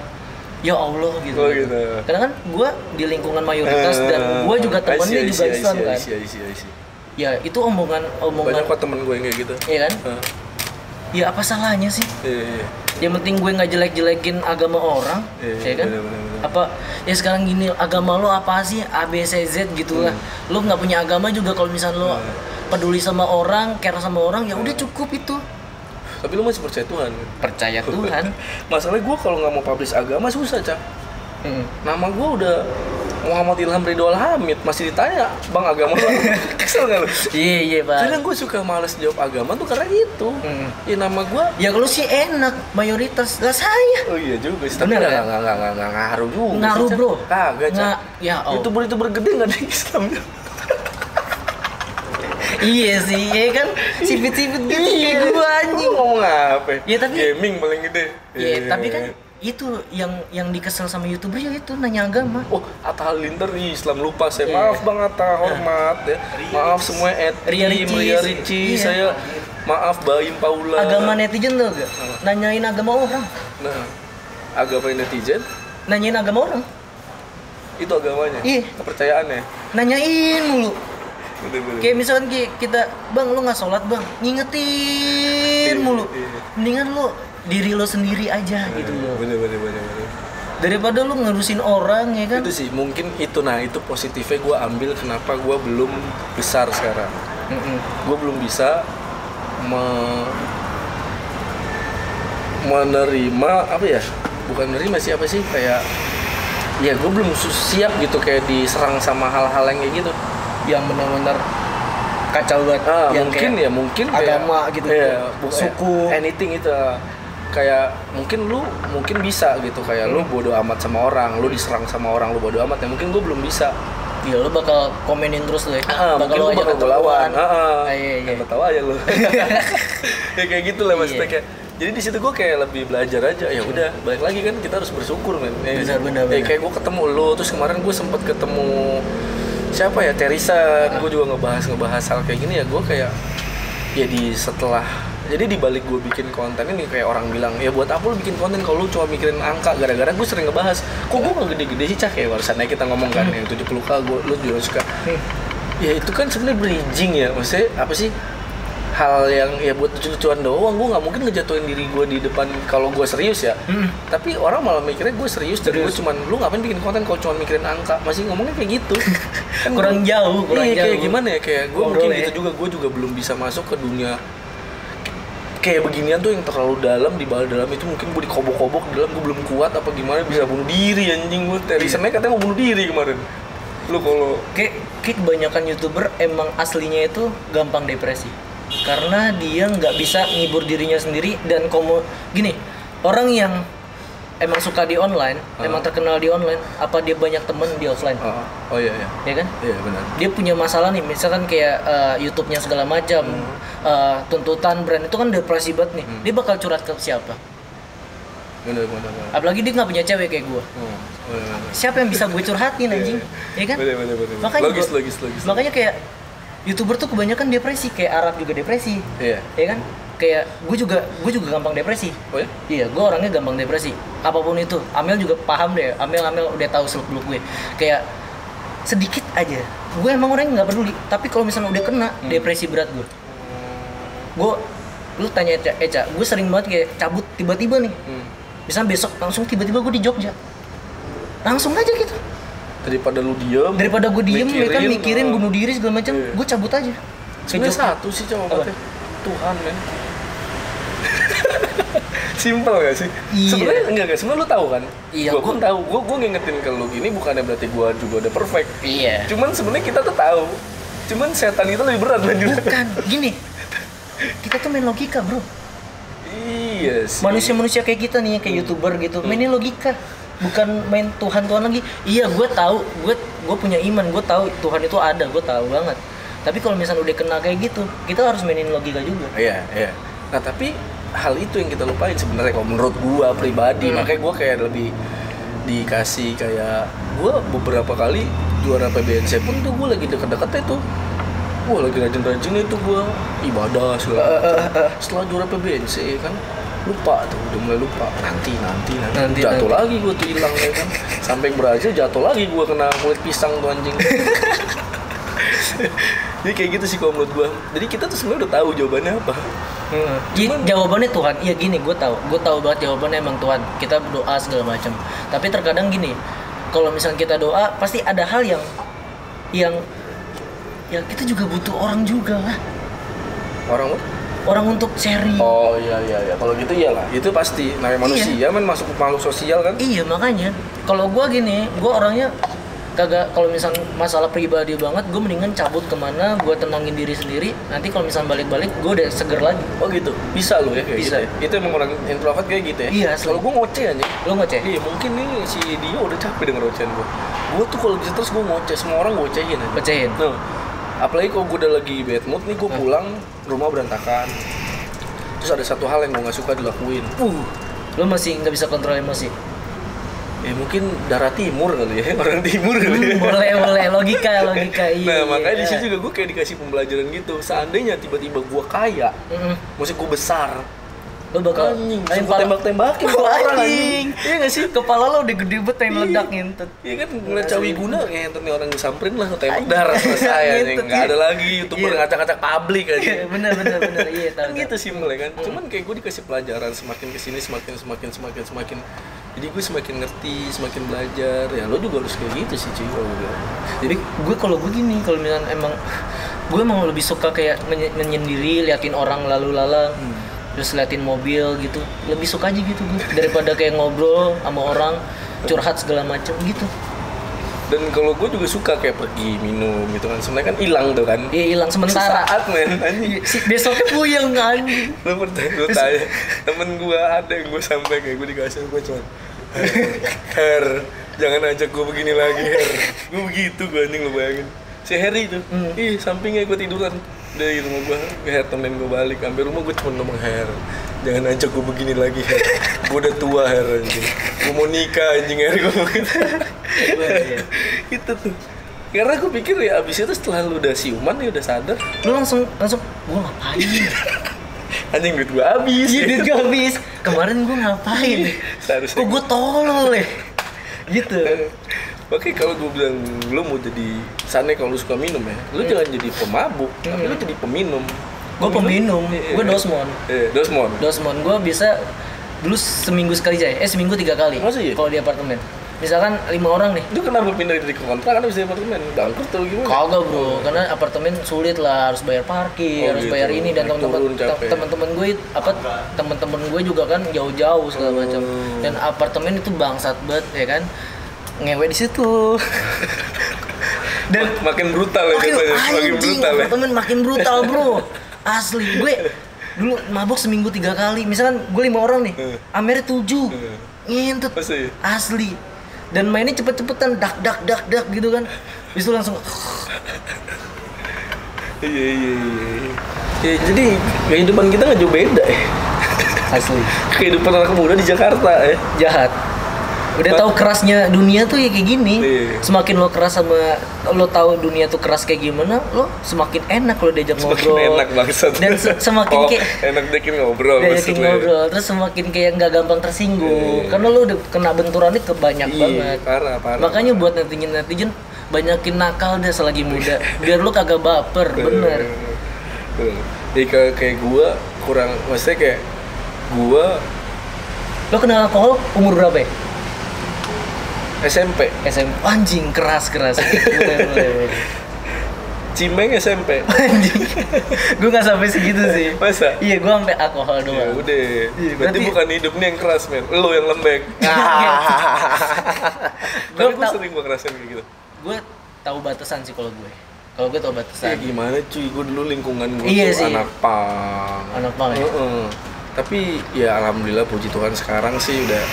Speaker 1: ya Allah gitu.
Speaker 2: Oh, gitu.
Speaker 1: Karena kan gua di lingkungan mayoritas dan gua juga
Speaker 2: Eh,
Speaker 1: temennya
Speaker 2: I see, I
Speaker 1: juga
Speaker 2: see, I
Speaker 1: Islam
Speaker 2: see, I
Speaker 1: kan.
Speaker 2: see, I see, I see.
Speaker 1: Ya, itu omongan omongan
Speaker 2: banyak kok temen gue yang kayak gitu
Speaker 1: Iya kan?
Speaker 2: Hah,
Speaker 1: Ya apa salahnya sih?
Speaker 2: iya iya
Speaker 1: Yang penting gue nggak jelek-jelekin agama orang,
Speaker 2: Iya,
Speaker 1: ya kan?
Speaker 2: bener, bener, bener.
Speaker 1: Apa ya sekarang gini agama lo apa sih A B C Z gitulah.
Speaker 2: Hmm.
Speaker 1: Lo nggak punya agama juga kalau misalnya lo
Speaker 2: Iya.
Speaker 1: peduli sama orang, care sama orang ya udah cukup itu.
Speaker 2: tapi lu masih percaya Tuhan kan?
Speaker 1: Percaya Tuhan.
Speaker 2: masalahnya gue kalau nggak mau publish agama susah cah
Speaker 1: Mm.
Speaker 2: nama gue udah Muhammad Ilham Ridwan Hamid masih ditanya bang agama lu apa?" kesel nggak lu
Speaker 1: Iya iya pak.
Speaker 2: kadang gue suka males jawab agama tuh karena itu
Speaker 1: Hmm.
Speaker 2: ya nama gue
Speaker 1: Ya kalau sih enak mayoritas lah saya.
Speaker 2: Oh iya juga sih,
Speaker 1: Bener,
Speaker 2: nggak
Speaker 1: kan?
Speaker 2: nggak nggak nggak nggak ngaruh juga. sih,
Speaker 1: Ngaruh,
Speaker 2: Cak.
Speaker 1: bro.
Speaker 2: Kagak cak.
Speaker 1: Nggak, ya, oh.
Speaker 2: Youtuber youtuber gede nggak ada yang Islamnya.
Speaker 1: iya sih, iya kan sipit-sipit gitu
Speaker 2: Iya.
Speaker 1: kayak gue anjing.
Speaker 2: Lu ngomong apa?
Speaker 1: Ya, tapi-
Speaker 2: gaming paling gede.
Speaker 1: Iya,
Speaker 2: Iya.
Speaker 1: tapi kan itu yang yang dikesel sama youtuber ya itu nanya agama.
Speaker 2: Oh, Atta Halilintar nih Islam lupa saya.
Speaker 1: Iya.
Speaker 2: Maaf Bang Atta, hormat ya. Maaf semua et
Speaker 1: Ria Ricis.
Speaker 2: Ria Ricis,
Speaker 1: Iya.
Speaker 2: saya maaf Baim Paula.
Speaker 1: agama netizen tuh gak? Nanyain agama orang.
Speaker 2: Nah, agama netizen
Speaker 1: Nanyain agama orang.
Speaker 2: itu agamanya.
Speaker 1: Iya.
Speaker 2: Kepercayaannya.
Speaker 1: Nanyain mulu.
Speaker 2: Iya. Bener-bener.
Speaker 1: Kayak gitu. misalkan ki- kita, bang lu nggak sholat bang, ngingetin mulu.
Speaker 2: Iya.
Speaker 1: Mendingan lu diri lo sendiri aja gitu loh.
Speaker 2: Bener-bener bener-bener.
Speaker 1: Daripada lu ngurusin orang ya kan.
Speaker 2: itu sih mungkin itu nah itu positifnya gue ambil kenapa gue belum besar sekarang
Speaker 1: Mm-mm.
Speaker 2: gue belum bisa me- menerima apa ya bukan menerima sih apa sih kayak ya gue belum su- siap gitu kayak diserang sama hal-hal yang kayak gitu
Speaker 1: Yang benar-benar kacau banget.
Speaker 2: ah,
Speaker 1: Yang
Speaker 2: mungkin
Speaker 1: kayak
Speaker 2: ya mungkin
Speaker 1: agama
Speaker 2: kayak,
Speaker 1: gitu,
Speaker 2: iya,
Speaker 1: bu-
Speaker 2: bukan-
Speaker 1: suku.
Speaker 2: anything itu ah. kayak mungkin lu mungkin bisa gitu kayak
Speaker 1: Hmm.
Speaker 2: lu bodo amat sama orang lu diserang sama orang lu bodo amat ya mungkin gue belum bisa
Speaker 1: Ya lu bakal komenin terus lo ya.
Speaker 2: Ah, mungkin
Speaker 1: lu
Speaker 2: lu bakal gue lawan. Heeh.
Speaker 1: Ah, iya, iya.
Speaker 2: Nggak tahu aja Kan lu. ya kayak gitu lah maksudnya
Speaker 1: Iya.
Speaker 2: kayak. Jadi di situ gue kayak lebih belajar aja. Ya udah, balik lagi kan kita harus bersyukur men. Ya,
Speaker 1: Benar, benar,
Speaker 2: ya,
Speaker 1: benar.
Speaker 2: kayak gue ketemu lu, terus kemarin gue sempet ketemu siapa ya Teresa.
Speaker 1: Ah.
Speaker 2: Gue juga ngebahas ngebahas hal kayak gini ya. Gue kayak ya di setelah jadi di balik gue bikin konten ini kayak orang bilang ya buat apa lu bikin konten kalau lu cuma mikirin angka gara-gara gue sering ngebahas kok gue gak gede-gede sih cah kayak barusannya kita ngomong kan
Speaker 1: Hmm.
Speaker 2: yang 70k gue lu juga suka ya itu kan sebenarnya bridging ya maksudnya apa sih hal yang ya buat lucu-lucuan doang gue nggak mungkin ngejatuhin diri gue di depan kalau gue serius ya
Speaker 1: Hmm.
Speaker 2: tapi orang malah mikirnya gue serius dan gue cuman lu ngapain bikin konten kalau cuman mikirin angka masih ngomongnya kayak gitu Kan
Speaker 1: Kurang
Speaker 2: gua-
Speaker 1: jauh, kurang
Speaker 2: iya, kayak
Speaker 1: jauh.
Speaker 2: gimana ya kayak gue mungkin
Speaker 1: Ngobrolnya.
Speaker 2: gitu juga gue juga belum bisa masuk ke dunia kayak beginian tuh yang terlalu dalam di bawah dalam itu mungkin gue dikobok-kobok di dalam gue belum kuat apa gimana bisa bunuh diri anjing gue
Speaker 1: Iya.
Speaker 2: dari sana katanya mau bunuh diri kemarin lu kalau
Speaker 1: Kayak, kayak kebanyakan youtuber emang aslinya itu gampang depresi karena dia nggak bisa ngibur dirinya sendiri dan komo gini orang yang emang suka di online
Speaker 2: Ah.
Speaker 1: emang terkenal di online apa dia banyak temen di offline
Speaker 2: oh, oh iya iya
Speaker 1: ya kan
Speaker 2: iya benar
Speaker 1: dia punya masalah nih misalkan kayak eh, YouTube-nya segala macam
Speaker 2: Hmm.
Speaker 1: eh, tuntutan brand itu kan depresi banget nih dia bakal curhat ke siapa
Speaker 2: benar benar benar
Speaker 1: apalagi dia nggak punya cewek kayak gua
Speaker 2: Hmm, oh, iya, benar.
Speaker 1: siapa yang bisa gue curhatin anjing
Speaker 2: Iya, iya.
Speaker 1: ya kan
Speaker 2: Bener, bener, bener.
Speaker 1: makanya
Speaker 2: Logis,
Speaker 1: gua-
Speaker 2: logis, logis.
Speaker 1: makanya kayak youtuber tuh kebanyakan depresi kayak Arab juga depresi
Speaker 2: iya
Speaker 1: ya kan kayak gue juga gue juga gampang depresi
Speaker 2: oh ya
Speaker 1: iya gue orangnya gampang depresi apapun itu Amel juga paham deh Amel Amel udah tahu seluk beluk gue kayak sedikit aja gue emang orangnya nggak peduli tapi kalau misalnya udah kena
Speaker 2: Hmm.
Speaker 1: depresi berat gue gue lu tanya Eca, Eca gue sering banget kayak cabut tiba-tiba nih
Speaker 2: Hmm.
Speaker 1: misalnya besok langsung tiba-tiba gue di Jogja langsung aja gitu
Speaker 2: daripada lu diem
Speaker 1: daripada gue diem ya kan mikirin bunuh diri segala macam
Speaker 2: Iya.
Speaker 1: gue cabut aja Ke
Speaker 2: sebenarnya
Speaker 1: Jogja.
Speaker 2: satu sih jawabannya Tuhan men simpel gak sih
Speaker 1: Iya.
Speaker 2: sebenarnya enggak enggak sebenarnya lu tahu kan
Speaker 1: Iya,
Speaker 2: gua pun
Speaker 1: gua-
Speaker 2: tahu gua gua ngingetin ke lu gini bukannya berarti gua juga udah perfect
Speaker 1: iya
Speaker 2: cuman sebenarnya kita tuh tahu cuman setan itu lebih berat lanjut
Speaker 1: bukan Kan, gini kita tuh main logika bro
Speaker 2: iya sih
Speaker 1: manusia-manusia kayak kita nih kayak youtuber gitu mainnya logika bukan main Tuhan Tuhan lagi iya gue tahu gue gue punya iman gue tahu Tuhan itu ada gue tahu banget tapi kalau misalnya udah kena kayak gitu kita harus mainin logika juga
Speaker 2: Iya, iya. Nah, tapi hal itu yang kita lupain sebenarnya kalau menurut gua pribadi.
Speaker 1: Hmm.
Speaker 2: Makanya gua kayak lebih dikasih kayak gua beberapa kali juara PBNC pun tuh gua lagi deket-deketnya tuh. Wah, lagi rajin-rajinnya tuh gua ibadah segala macam. Setelah juara PBNC ya kan lupa tuh udah mulai lupa nanti nanti nanti,
Speaker 1: Nanti,
Speaker 2: jatuh
Speaker 1: nanti.
Speaker 2: lagi gua tuh hilang ya kan sampai berhasil jatuh lagi gua kena kulit pisang tuh anjing jadi kayak gitu sih kalau menurut gua jadi kita tuh sebenarnya udah tahu jawabannya apa
Speaker 1: Jadi jawabannya Tuhan, iya gini, gue tahu, gue tahu banget jawabannya emang Tuhan. Kita berdoa segala macam. Tapi terkadang gini, kalau misalnya kita doa, pasti ada hal yang, yang, ya kita juga butuh orang juga lah,
Speaker 2: orang
Speaker 1: orang untuk sharing.
Speaker 2: oh iya iya iya kalau gitu iyalah itu pasti namanya manusia
Speaker 1: Iya.
Speaker 2: men masuk makhluk sosial kan
Speaker 1: Iya makanya, kalau gue gini, gue orangnya kagak kalau misalnya masalah pribadi banget, gue mendingan cabut kemana, gue tenangin diri sendiri. Nanti kalau misalnya balik-balik, gue udah seger lagi.
Speaker 2: oh gitu bisa lo ya kayak
Speaker 1: Bisa.
Speaker 2: gitu ya? itu emang orang introvert kayak gitu ya
Speaker 1: Iya, asli.
Speaker 2: kalau gua ngoceh aja
Speaker 1: Lo ngoceh?
Speaker 2: Iya mungkin nih si Dio udah capek dengan ocehan gua Gua tuh kalau bisa terus gua ngoceh semua orang gua ocehin aja.
Speaker 1: Ocehin?
Speaker 2: Nah, apalagi kalau gua udah lagi bad mood nih gua pulang rumah berantakan. Terus ada satu hal yang gua nggak suka dilakuin.
Speaker 1: Uh, lo masih nggak bisa kontrol emosi.
Speaker 2: Ya mungkin darah timur kali ya orang timur
Speaker 1: Hmm,
Speaker 2: kali ya.
Speaker 1: boleh boleh logika logika iya.
Speaker 2: Nah makanya di situ juga gue kayak dikasih pembelajaran gitu. Seandainya tiba-tiba gue kaya,
Speaker 1: Mm-mm.
Speaker 2: musik gue besar,
Speaker 1: Lo bakal
Speaker 2: anjing,
Speaker 1: Ayo,
Speaker 2: langsung gue tembak-tembakin
Speaker 1: Wah,
Speaker 2: orang
Speaker 1: anjing.
Speaker 2: anjing. Iya nggak sih?
Speaker 1: Kepala lo udah gede banget pengen meledak
Speaker 2: Iya.
Speaker 1: ngintut.
Speaker 2: Iya kan ngeliat cawi
Speaker 1: Asli.
Speaker 2: guna kayak nih orang disamperin lah tembak
Speaker 1: Anjing.
Speaker 2: dar selesai anjing.
Speaker 1: Ngintut,
Speaker 2: Nggak
Speaker 1: iya.
Speaker 2: ada lagi youtuber
Speaker 1: Iya.
Speaker 2: ngacak-ngacak publik aja.
Speaker 1: Iya, bener bener bener iya tahu.
Speaker 2: kan
Speaker 1: tahu.
Speaker 2: gitu simpel ya kan cuman kayak gue dikasih pelajaran semakin kesini semakin semakin semakin semakin jadi gue semakin ngerti semakin belajar ya lo juga harus kayak gitu sih cuy kalau gue bilang.
Speaker 1: Jadi gue kalau gue gini kalau misalnya emang gue emang lebih suka kayak menye- menyendiri liatin orang lalu lalang terus liatin mobil gitu lebih suka aja gitu gue daripada kayak ngobrol sama orang curhat segala macam gitu
Speaker 2: dan kalau gue juga suka kayak pergi minum gitu kan sebenarnya kan hilang tuh kan
Speaker 1: iya hilang sementara
Speaker 2: saat men anjing
Speaker 1: Si- besoknya puyeng kan? anjing
Speaker 2: lu pernah lu tanya temen gue ada yang gue sampai kayak gue dikasih gue cuman "Her, Her jangan ajak gue begini lagi Her gue begitu gue anjing lu bayangin si Harry itu
Speaker 1: Hmm.
Speaker 2: ih sampingnya gue tiduran dari rumah gue Her temen gue balik sampai rumah gue cuma ngomong Her jangan ajak gue begini lagi Her gue udah tua Her anjing gue mau nikah anjing Her gue mau itu tuh karena gue pikir ya abis itu setelah lu udah siuman ya udah sadar
Speaker 1: lu langsung langsung gue ngapain
Speaker 2: anjing duit gue habis
Speaker 1: Iya duit gak habis. Kemarin gue ngapain?
Speaker 2: Seharusnya
Speaker 1: Kok gue tolol ya? Gitu.
Speaker 2: Oke kalau gue bilang lu mau jadi sana kalau lu suka minum ya, lu jangan jadi pemabuk, tapi lu jadi peminum. Iya,
Speaker 1: Gue peminum, gue dosmon.
Speaker 2: Eh, dosmon.
Speaker 1: Dosmon gue bisa dulu seminggu sekali aja, eh seminggu tiga kali.
Speaker 2: Masa iya?
Speaker 1: Kalau di apartemen. Misalkan lima orang nih.
Speaker 2: Lu kenapa pindah dari kontrakan habis dari apartemen? Bangkrut atau gimana?
Speaker 1: Kagak bro, karena apartemen sulit lah, harus bayar parkir,
Speaker 2: Oh,
Speaker 1: harus
Speaker 2: gitu.
Speaker 1: bayar ini dan
Speaker 2: Naik
Speaker 1: teman-teman
Speaker 2: turun capek.
Speaker 1: teman-teman gue apa teman-teman gue juga kan jauh-jauh segala macam.
Speaker 2: Hmm.
Speaker 1: Dan apartemen itu bangsat banget ya kan. Ngewe di situ. dan
Speaker 2: makin brutal ya
Speaker 1: Makin
Speaker 2: jatuhnya, makin
Speaker 1: anjing,
Speaker 2: brutal ya.
Speaker 1: apartemen makin brutal bro. Asli, gue dulu mabok seminggu tiga kali. Misalkan gue lima orang nih,
Speaker 2: Hmm.
Speaker 1: Amer tujuh,
Speaker 2: Hmm.
Speaker 1: ngintut.
Speaker 2: Pasti.
Speaker 1: Asli. Dan mainnya cepet-cepetan, dak dak dak dak gitu kan. Habis itu langsung
Speaker 2: Iya iya iya. Ya, jadi kehidupan kita nggak jauh beda ya.
Speaker 1: asli
Speaker 2: Kehidupan anak muda di Jakarta ya.
Speaker 1: jahat. Udah tahu kerasnya dunia tuh ya kayak gini.
Speaker 2: Iya.
Speaker 1: Semakin lo keras sama lo tahu dunia tuh keras kayak gimana, lo semakin enak lo diajak
Speaker 2: Semakin
Speaker 1: ngobrol.
Speaker 2: enak bangsat.
Speaker 1: Dan se- semakin
Speaker 2: oh,
Speaker 1: kayak
Speaker 2: enak dekin ngobrol
Speaker 1: Diajakin
Speaker 2: maksudnya.
Speaker 1: Iya, ngobrol terus semakin kayak nggak gampang tersinggung
Speaker 2: Iya.
Speaker 1: karena lu udah kena benturannya kebanyak
Speaker 2: Iya,
Speaker 1: banget
Speaker 2: parah parah.
Speaker 1: makanya buat netizen netizen banyakin nakal deh selagi muda biar lu kagak baper
Speaker 2: Iya,
Speaker 1: bener
Speaker 2: Hmm. Jadi kayak, kayak gua kurang, maksudnya kayak gua
Speaker 1: lu kenal alkohol umur berapa ya?
Speaker 2: SMP,
Speaker 1: SMP anjing keras keras boleh boleh boleh.
Speaker 2: Cimeng SMP.
Speaker 1: anjing gue nggak sampai segitu sih
Speaker 2: Masa?
Speaker 1: iya gue sampai alkohol doang
Speaker 2: Ya Oh, udah.
Speaker 1: Iya,
Speaker 2: Berarti
Speaker 1: berarti-
Speaker 2: bukan hidup nih yang keras, men. Lo yang lembek.
Speaker 1: Gua
Speaker 2: Tapi gua
Speaker 1: tau-
Speaker 2: sering gua ngerasain kayak gitu.
Speaker 1: gue tahu batasan sih kalau gue kalau gue tahu
Speaker 2: Ya
Speaker 1: batasan
Speaker 2: gimana cuy, gue dulu lingkungan gue
Speaker 1: Iya
Speaker 2: tuh
Speaker 1: sih.
Speaker 2: anak pang.
Speaker 1: Anak punk ya?
Speaker 2: Tapi ya alhamdulillah puji Tuhan sekarang sih udah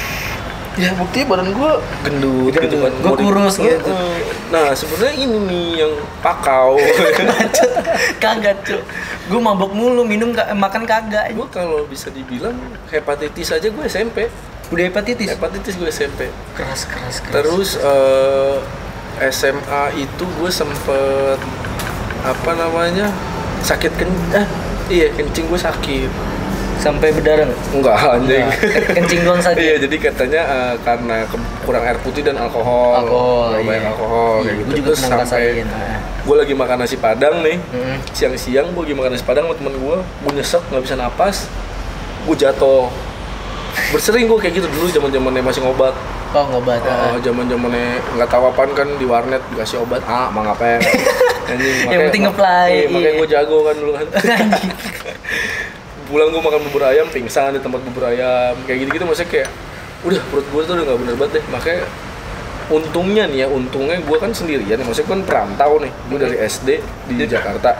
Speaker 2: Ya buktinya badan gue gendut, gitu kan.
Speaker 1: Gua kurus
Speaker 2: Heeh.
Speaker 1: gitu.
Speaker 2: Nah sebenarnya ini nih yang pakau.
Speaker 1: kagak cuy gue mabok mulu minum ka- makan kagak
Speaker 2: gue kalau bisa dibilang hepatitis aja gue SMP.
Speaker 1: udah hepatitis
Speaker 2: Hepatitis gue SMP.
Speaker 1: keras keras keras
Speaker 2: Terus eh, SMA itu gue sempet apa namanya sakit kencing. Eh, iya kencing gue sakit.
Speaker 1: sampai berdarah nggak?
Speaker 2: Enggak anjing.
Speaker 1: Nah, ke- kencing doang saja
Speaker 2: Iya, jadi katanya eh, karena ke- kurang air putih dan alkohol.
Speaker 1: alkohol
Speaker 2: Kurang banyak oh, alkohol kayak gitu.
Speaker 1: gue juga
Speaker 2: Terus
Speaker 1: pernah
Speaker 2: sampai
Speaker 1: ngerasain nah.
Speaker 2: gue lagi makan nasi padang nih.
Speaker 1: Mm-mm.
Speaker 2: Siang-siang gue lagi makan nasi padang sama temen gue, gue nyesek nggak bisa napas, gue jatuh. Bersering gue kayak gitu dulu zaman-zamannya masih ngobat.
Speaker 1: oh ngobat
Speaker 2: Oh,
Speaker 1: ah.
Speaker 2: zaman zamannya nggak tahu apaan kan di warnet dikasih obat ah mang apa
Speaker 1: Yang penting ngeplay,
Speaker 2: iya, makanya
Speaker 1: iya.
Speaker 2: gue jago kan dulu kan
Speaker 1: Anjing.
Speaker 2: pulang gue makan bubur ayam pingsan di tempat bubur ayam kayak gitu gitu maksudnya kayak udah perut gue tuh udah nggak bener banget deh makanya untungnya nih ya untungnya gue kan sendirian ya maksudnya gue kan perantau nih gue dari SD di
Speaker 1: Iya.
Speaker 2: Jakarta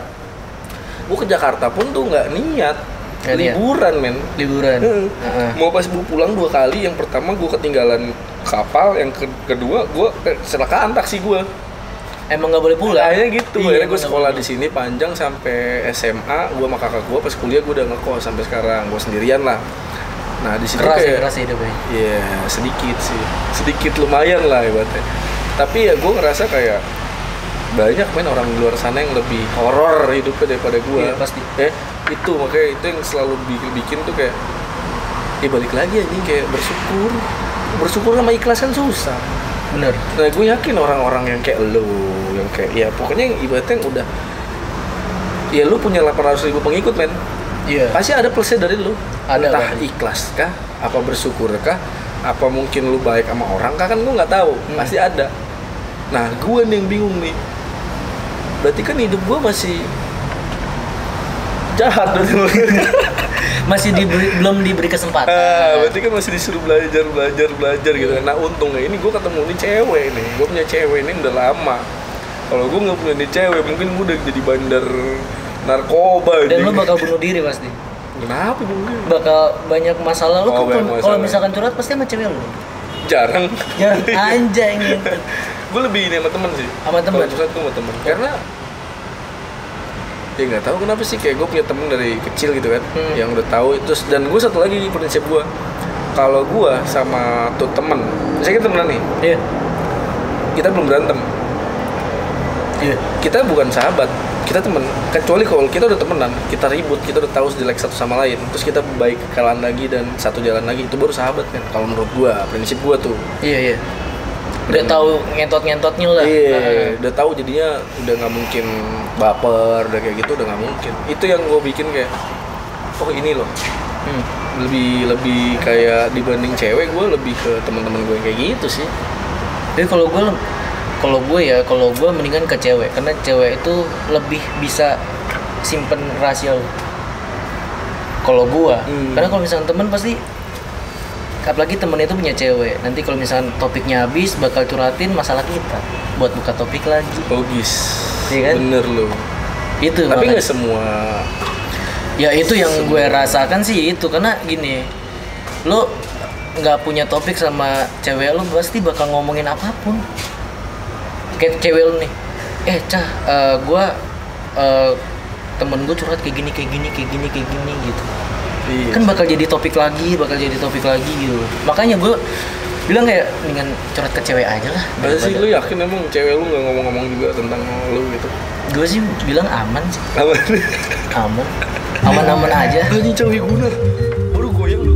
Speaker 2: gue ke Jakarta pun tuh nggak niat
Speaker 1: Nggak niat.
Speaker 2: liburan men
Speaker 1: liburan
Speaker 2: Heeh.
Speaker 1: Kan? Heeh.
Speaker 2: Mau pas gue pulang dua kali, yang pertama gue ketinggalan kapal, yang ke- kedua eh, gue kecelakaan taksi gue.
Speaker 1: emang nggak boleh pulang
Speaker 2: Akhirnya gitu,
Speaker 1: Iya,
Speaker 2: akhirnya gue
Speaker 1: emang
Speaker 2: sekolah
Speaker 1: nggak
Speaker 2: di
Speaker 1: boleh.
Speaker 2: sini panjang sampai SMA, gue sama kakak gue pas kuliah gue udah ngekos sampai sekarang, gue sendirian lah. Nah di sini
Speaker 1: keras ya
Speaker 2: kayak,
Speaker 1: keras ya hidupnya
Speaker 2: Iya, sedikit sih, sedikit lumayan lah ibaratnya. Tapi ya gue ngerasa kayak banyak main orang di luar sana yang lebih horor hidupnya daripada gue.
Speaker 1: Iya, pasti.
Speaker 2: Eh, itu makanya itu yang selalu bikin bikin tuh kayak, ya balik lagi anjing kayak bersyukur, bersyukur sama ikhlas kan susah.
Speaker 1: bener
Speaker 2: Nah, gue yakin orang-orang yang kayak lo, yang kayak ya pokoknya yang ibaratnya yang udah ya lu punya 800 ribu pengikut men
Speaker 1: iya
Speaker 2: pasti ada plusnya dari lu
Speaker 1: Ada,
Speaker 2: entah
Speaker 1: Bang.
Speaker 2: ikhlas kah apa bersyukur kah apa mungkin lu baik sama orang kah kan gue nggak tahu
Speaker 1: Hmm.
Speaker 2: pasti ada nah gue nih yang bingung nih berarti kan hidup gue masih jahat dulu
Speaker 1: masih diberi- belum diberi kesempatan Nah,
Speaker 2: Ah, berarti kan masih disuruh belajar belajar belajar gitu
Speaker 1: Hmm.
Speaker 2: kan. nah untungnya ini gue ketemu nih cewek nih gue punya cewek ini udah lama kalau gue nggak punya nih cewek mungkin gue udah jadi bandar narkoba
Speaker 1: dan
Speaker 2: anjing.
Speaker 1: lo bakal bunuh diri pasti
Speaker 2: kenapa mungkin
Speaker 1: bakal banyak masalah lo
Speaker 2: Oh, banyak
Speaker 1: kalau- kalau
Speaker 2: masalah.
Speaker 1: misalkan curhat pasti sama cewek lo
Speaker 2: jarang
Speaker 1: ya gitu. anjing
Speaker 2: gue lebih ini sama temen sih
Speaker 1: Sama temen?
Speaker 2: Kalau curhat tuh sama temen karena ya nggak tahu kenapa sih kayak gue punya temen dari kecil gitu kan
Speaker 1: Hmm.
Speaker 2: yang udah tahu terus dan gue satu lagi prinsip gue kalau gue sama tuh temen misalnya kita temenan nih
Speaker 1: iya
Speaker 2: kita belum berantem
Speaker 1: iya
Speaker 2: kita bukan sahabat kita temen kecuali kalau kita udah temenan kita ribut kita udah tahu jelek satu sama lain terus kita baik kalan lagi dan satu jalan lagi itu baru sahabat kan kalau menurut gua prinsip gua tuh
Speaker 1: iya iya udah tahu ngentot ngentotnya lah Nah,
Speaker 2: iya udah tahu jadinya udah nggak mungkin baper udah kayak gitu udah nggak mungkin itu yang gua bikin kayak oh ini loh
Speaker 1: Hmm.
Speaker 2: lebih lebih kayak dibanding cewek gua lebih ke teman-teman gue kayak gitu sih
Speaker 1: Jadi kalau gue kalau gue ya kalau gue mendingan ke cewek karena cewek itu lebih bisa simpen rahasia lu. Kalau gue,
Speaker 2: Hmm.
Speaker 1: karena kalau misalkan temen pasti apalagi temennya itu punya cewek. Nanti kalau misalkan topiknya habis bakal curhatin masalah kita buat buka topik lagi.
Speaker 2: logis
Speaker 1: Iya kan?
Speaker 2: bener loh
Speaker 1: Itu
Speaker 2: tapi
Speaker 1: makanya.
Speaker 2: nggak semua
Speaker 1: Ya itu yang gue rasakan sih itu karena gini, lo nggak punya topik sama cewek lo pasti bakal ngomongin apapun. Kayak cewek lo nih, eh cah, eh, gue eh, temen gue curhat kayak gini kayak gini kayak gini kayak gini gitu.
Speaker 2: iya.
Speaker 1: Kan bakal jadi topik lagi, bakal jadi topik lagi gitu. Makanya gue bilang kayak dengan curhat ke cewek aja lah.
Speaker 2: Masa sih lu ya yakin emang cewek lu nggak ngomong-ngomong juga tentang lu gitu?
Speaker 1: Gue sih bilang aman sih,
Speaker 2: Apa?
Speaker 1: aman, aman-aman aja.
Speaker 2: Anjing cewek Gunar. Baru goyang lu.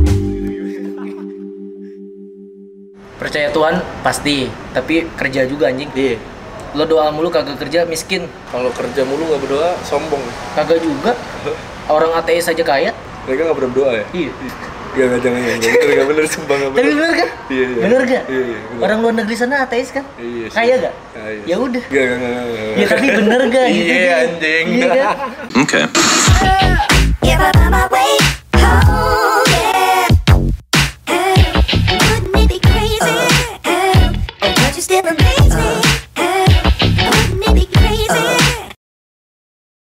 Speaker 1: Percaya Tuhan pasti, tapi kerja juga anjing.
Speaker 2: Iya.
Speaker 1: lo doa mulu kagak kerja miskin
Speaker 2: Kalau kerja mulu nggak berdoa, sombong.
Speaker 1: kagak juga orang ateis aja kaya
Speaker 2: Mereka nggak pernah berdoa ya?
Speaker 1: iya
Speaker 2: Iya nggak jangan ya. Nggak bener nggak bener sumpah nggak
Speaker 1: tapi bener kan
Speaker 2: Iya, iya.
Speaker 1: bener gak
Speaker 2: Iya, iya, bener.
Speaker 1: orang luar negeri sana ateis kan
Speaker 2: Iya sih.
Speaker 1: kaya gak
Speaker 2: Kaya sih.
Speaker 1: ya udah
Speaker 2: Nggak nggak nggak, nggak, nggak.
Speaker 1: ya tapi bener gak gitu
Speaker 2: Iya
Speaker 1: kan?
Speaker 2: anjing.
Speaker 1: iya kan
Speaker 4: Okay.
Speaker 5: Give up on my way. Oh yeah. Hey, wouldn't it be crazy? Hey, but you still amaze me.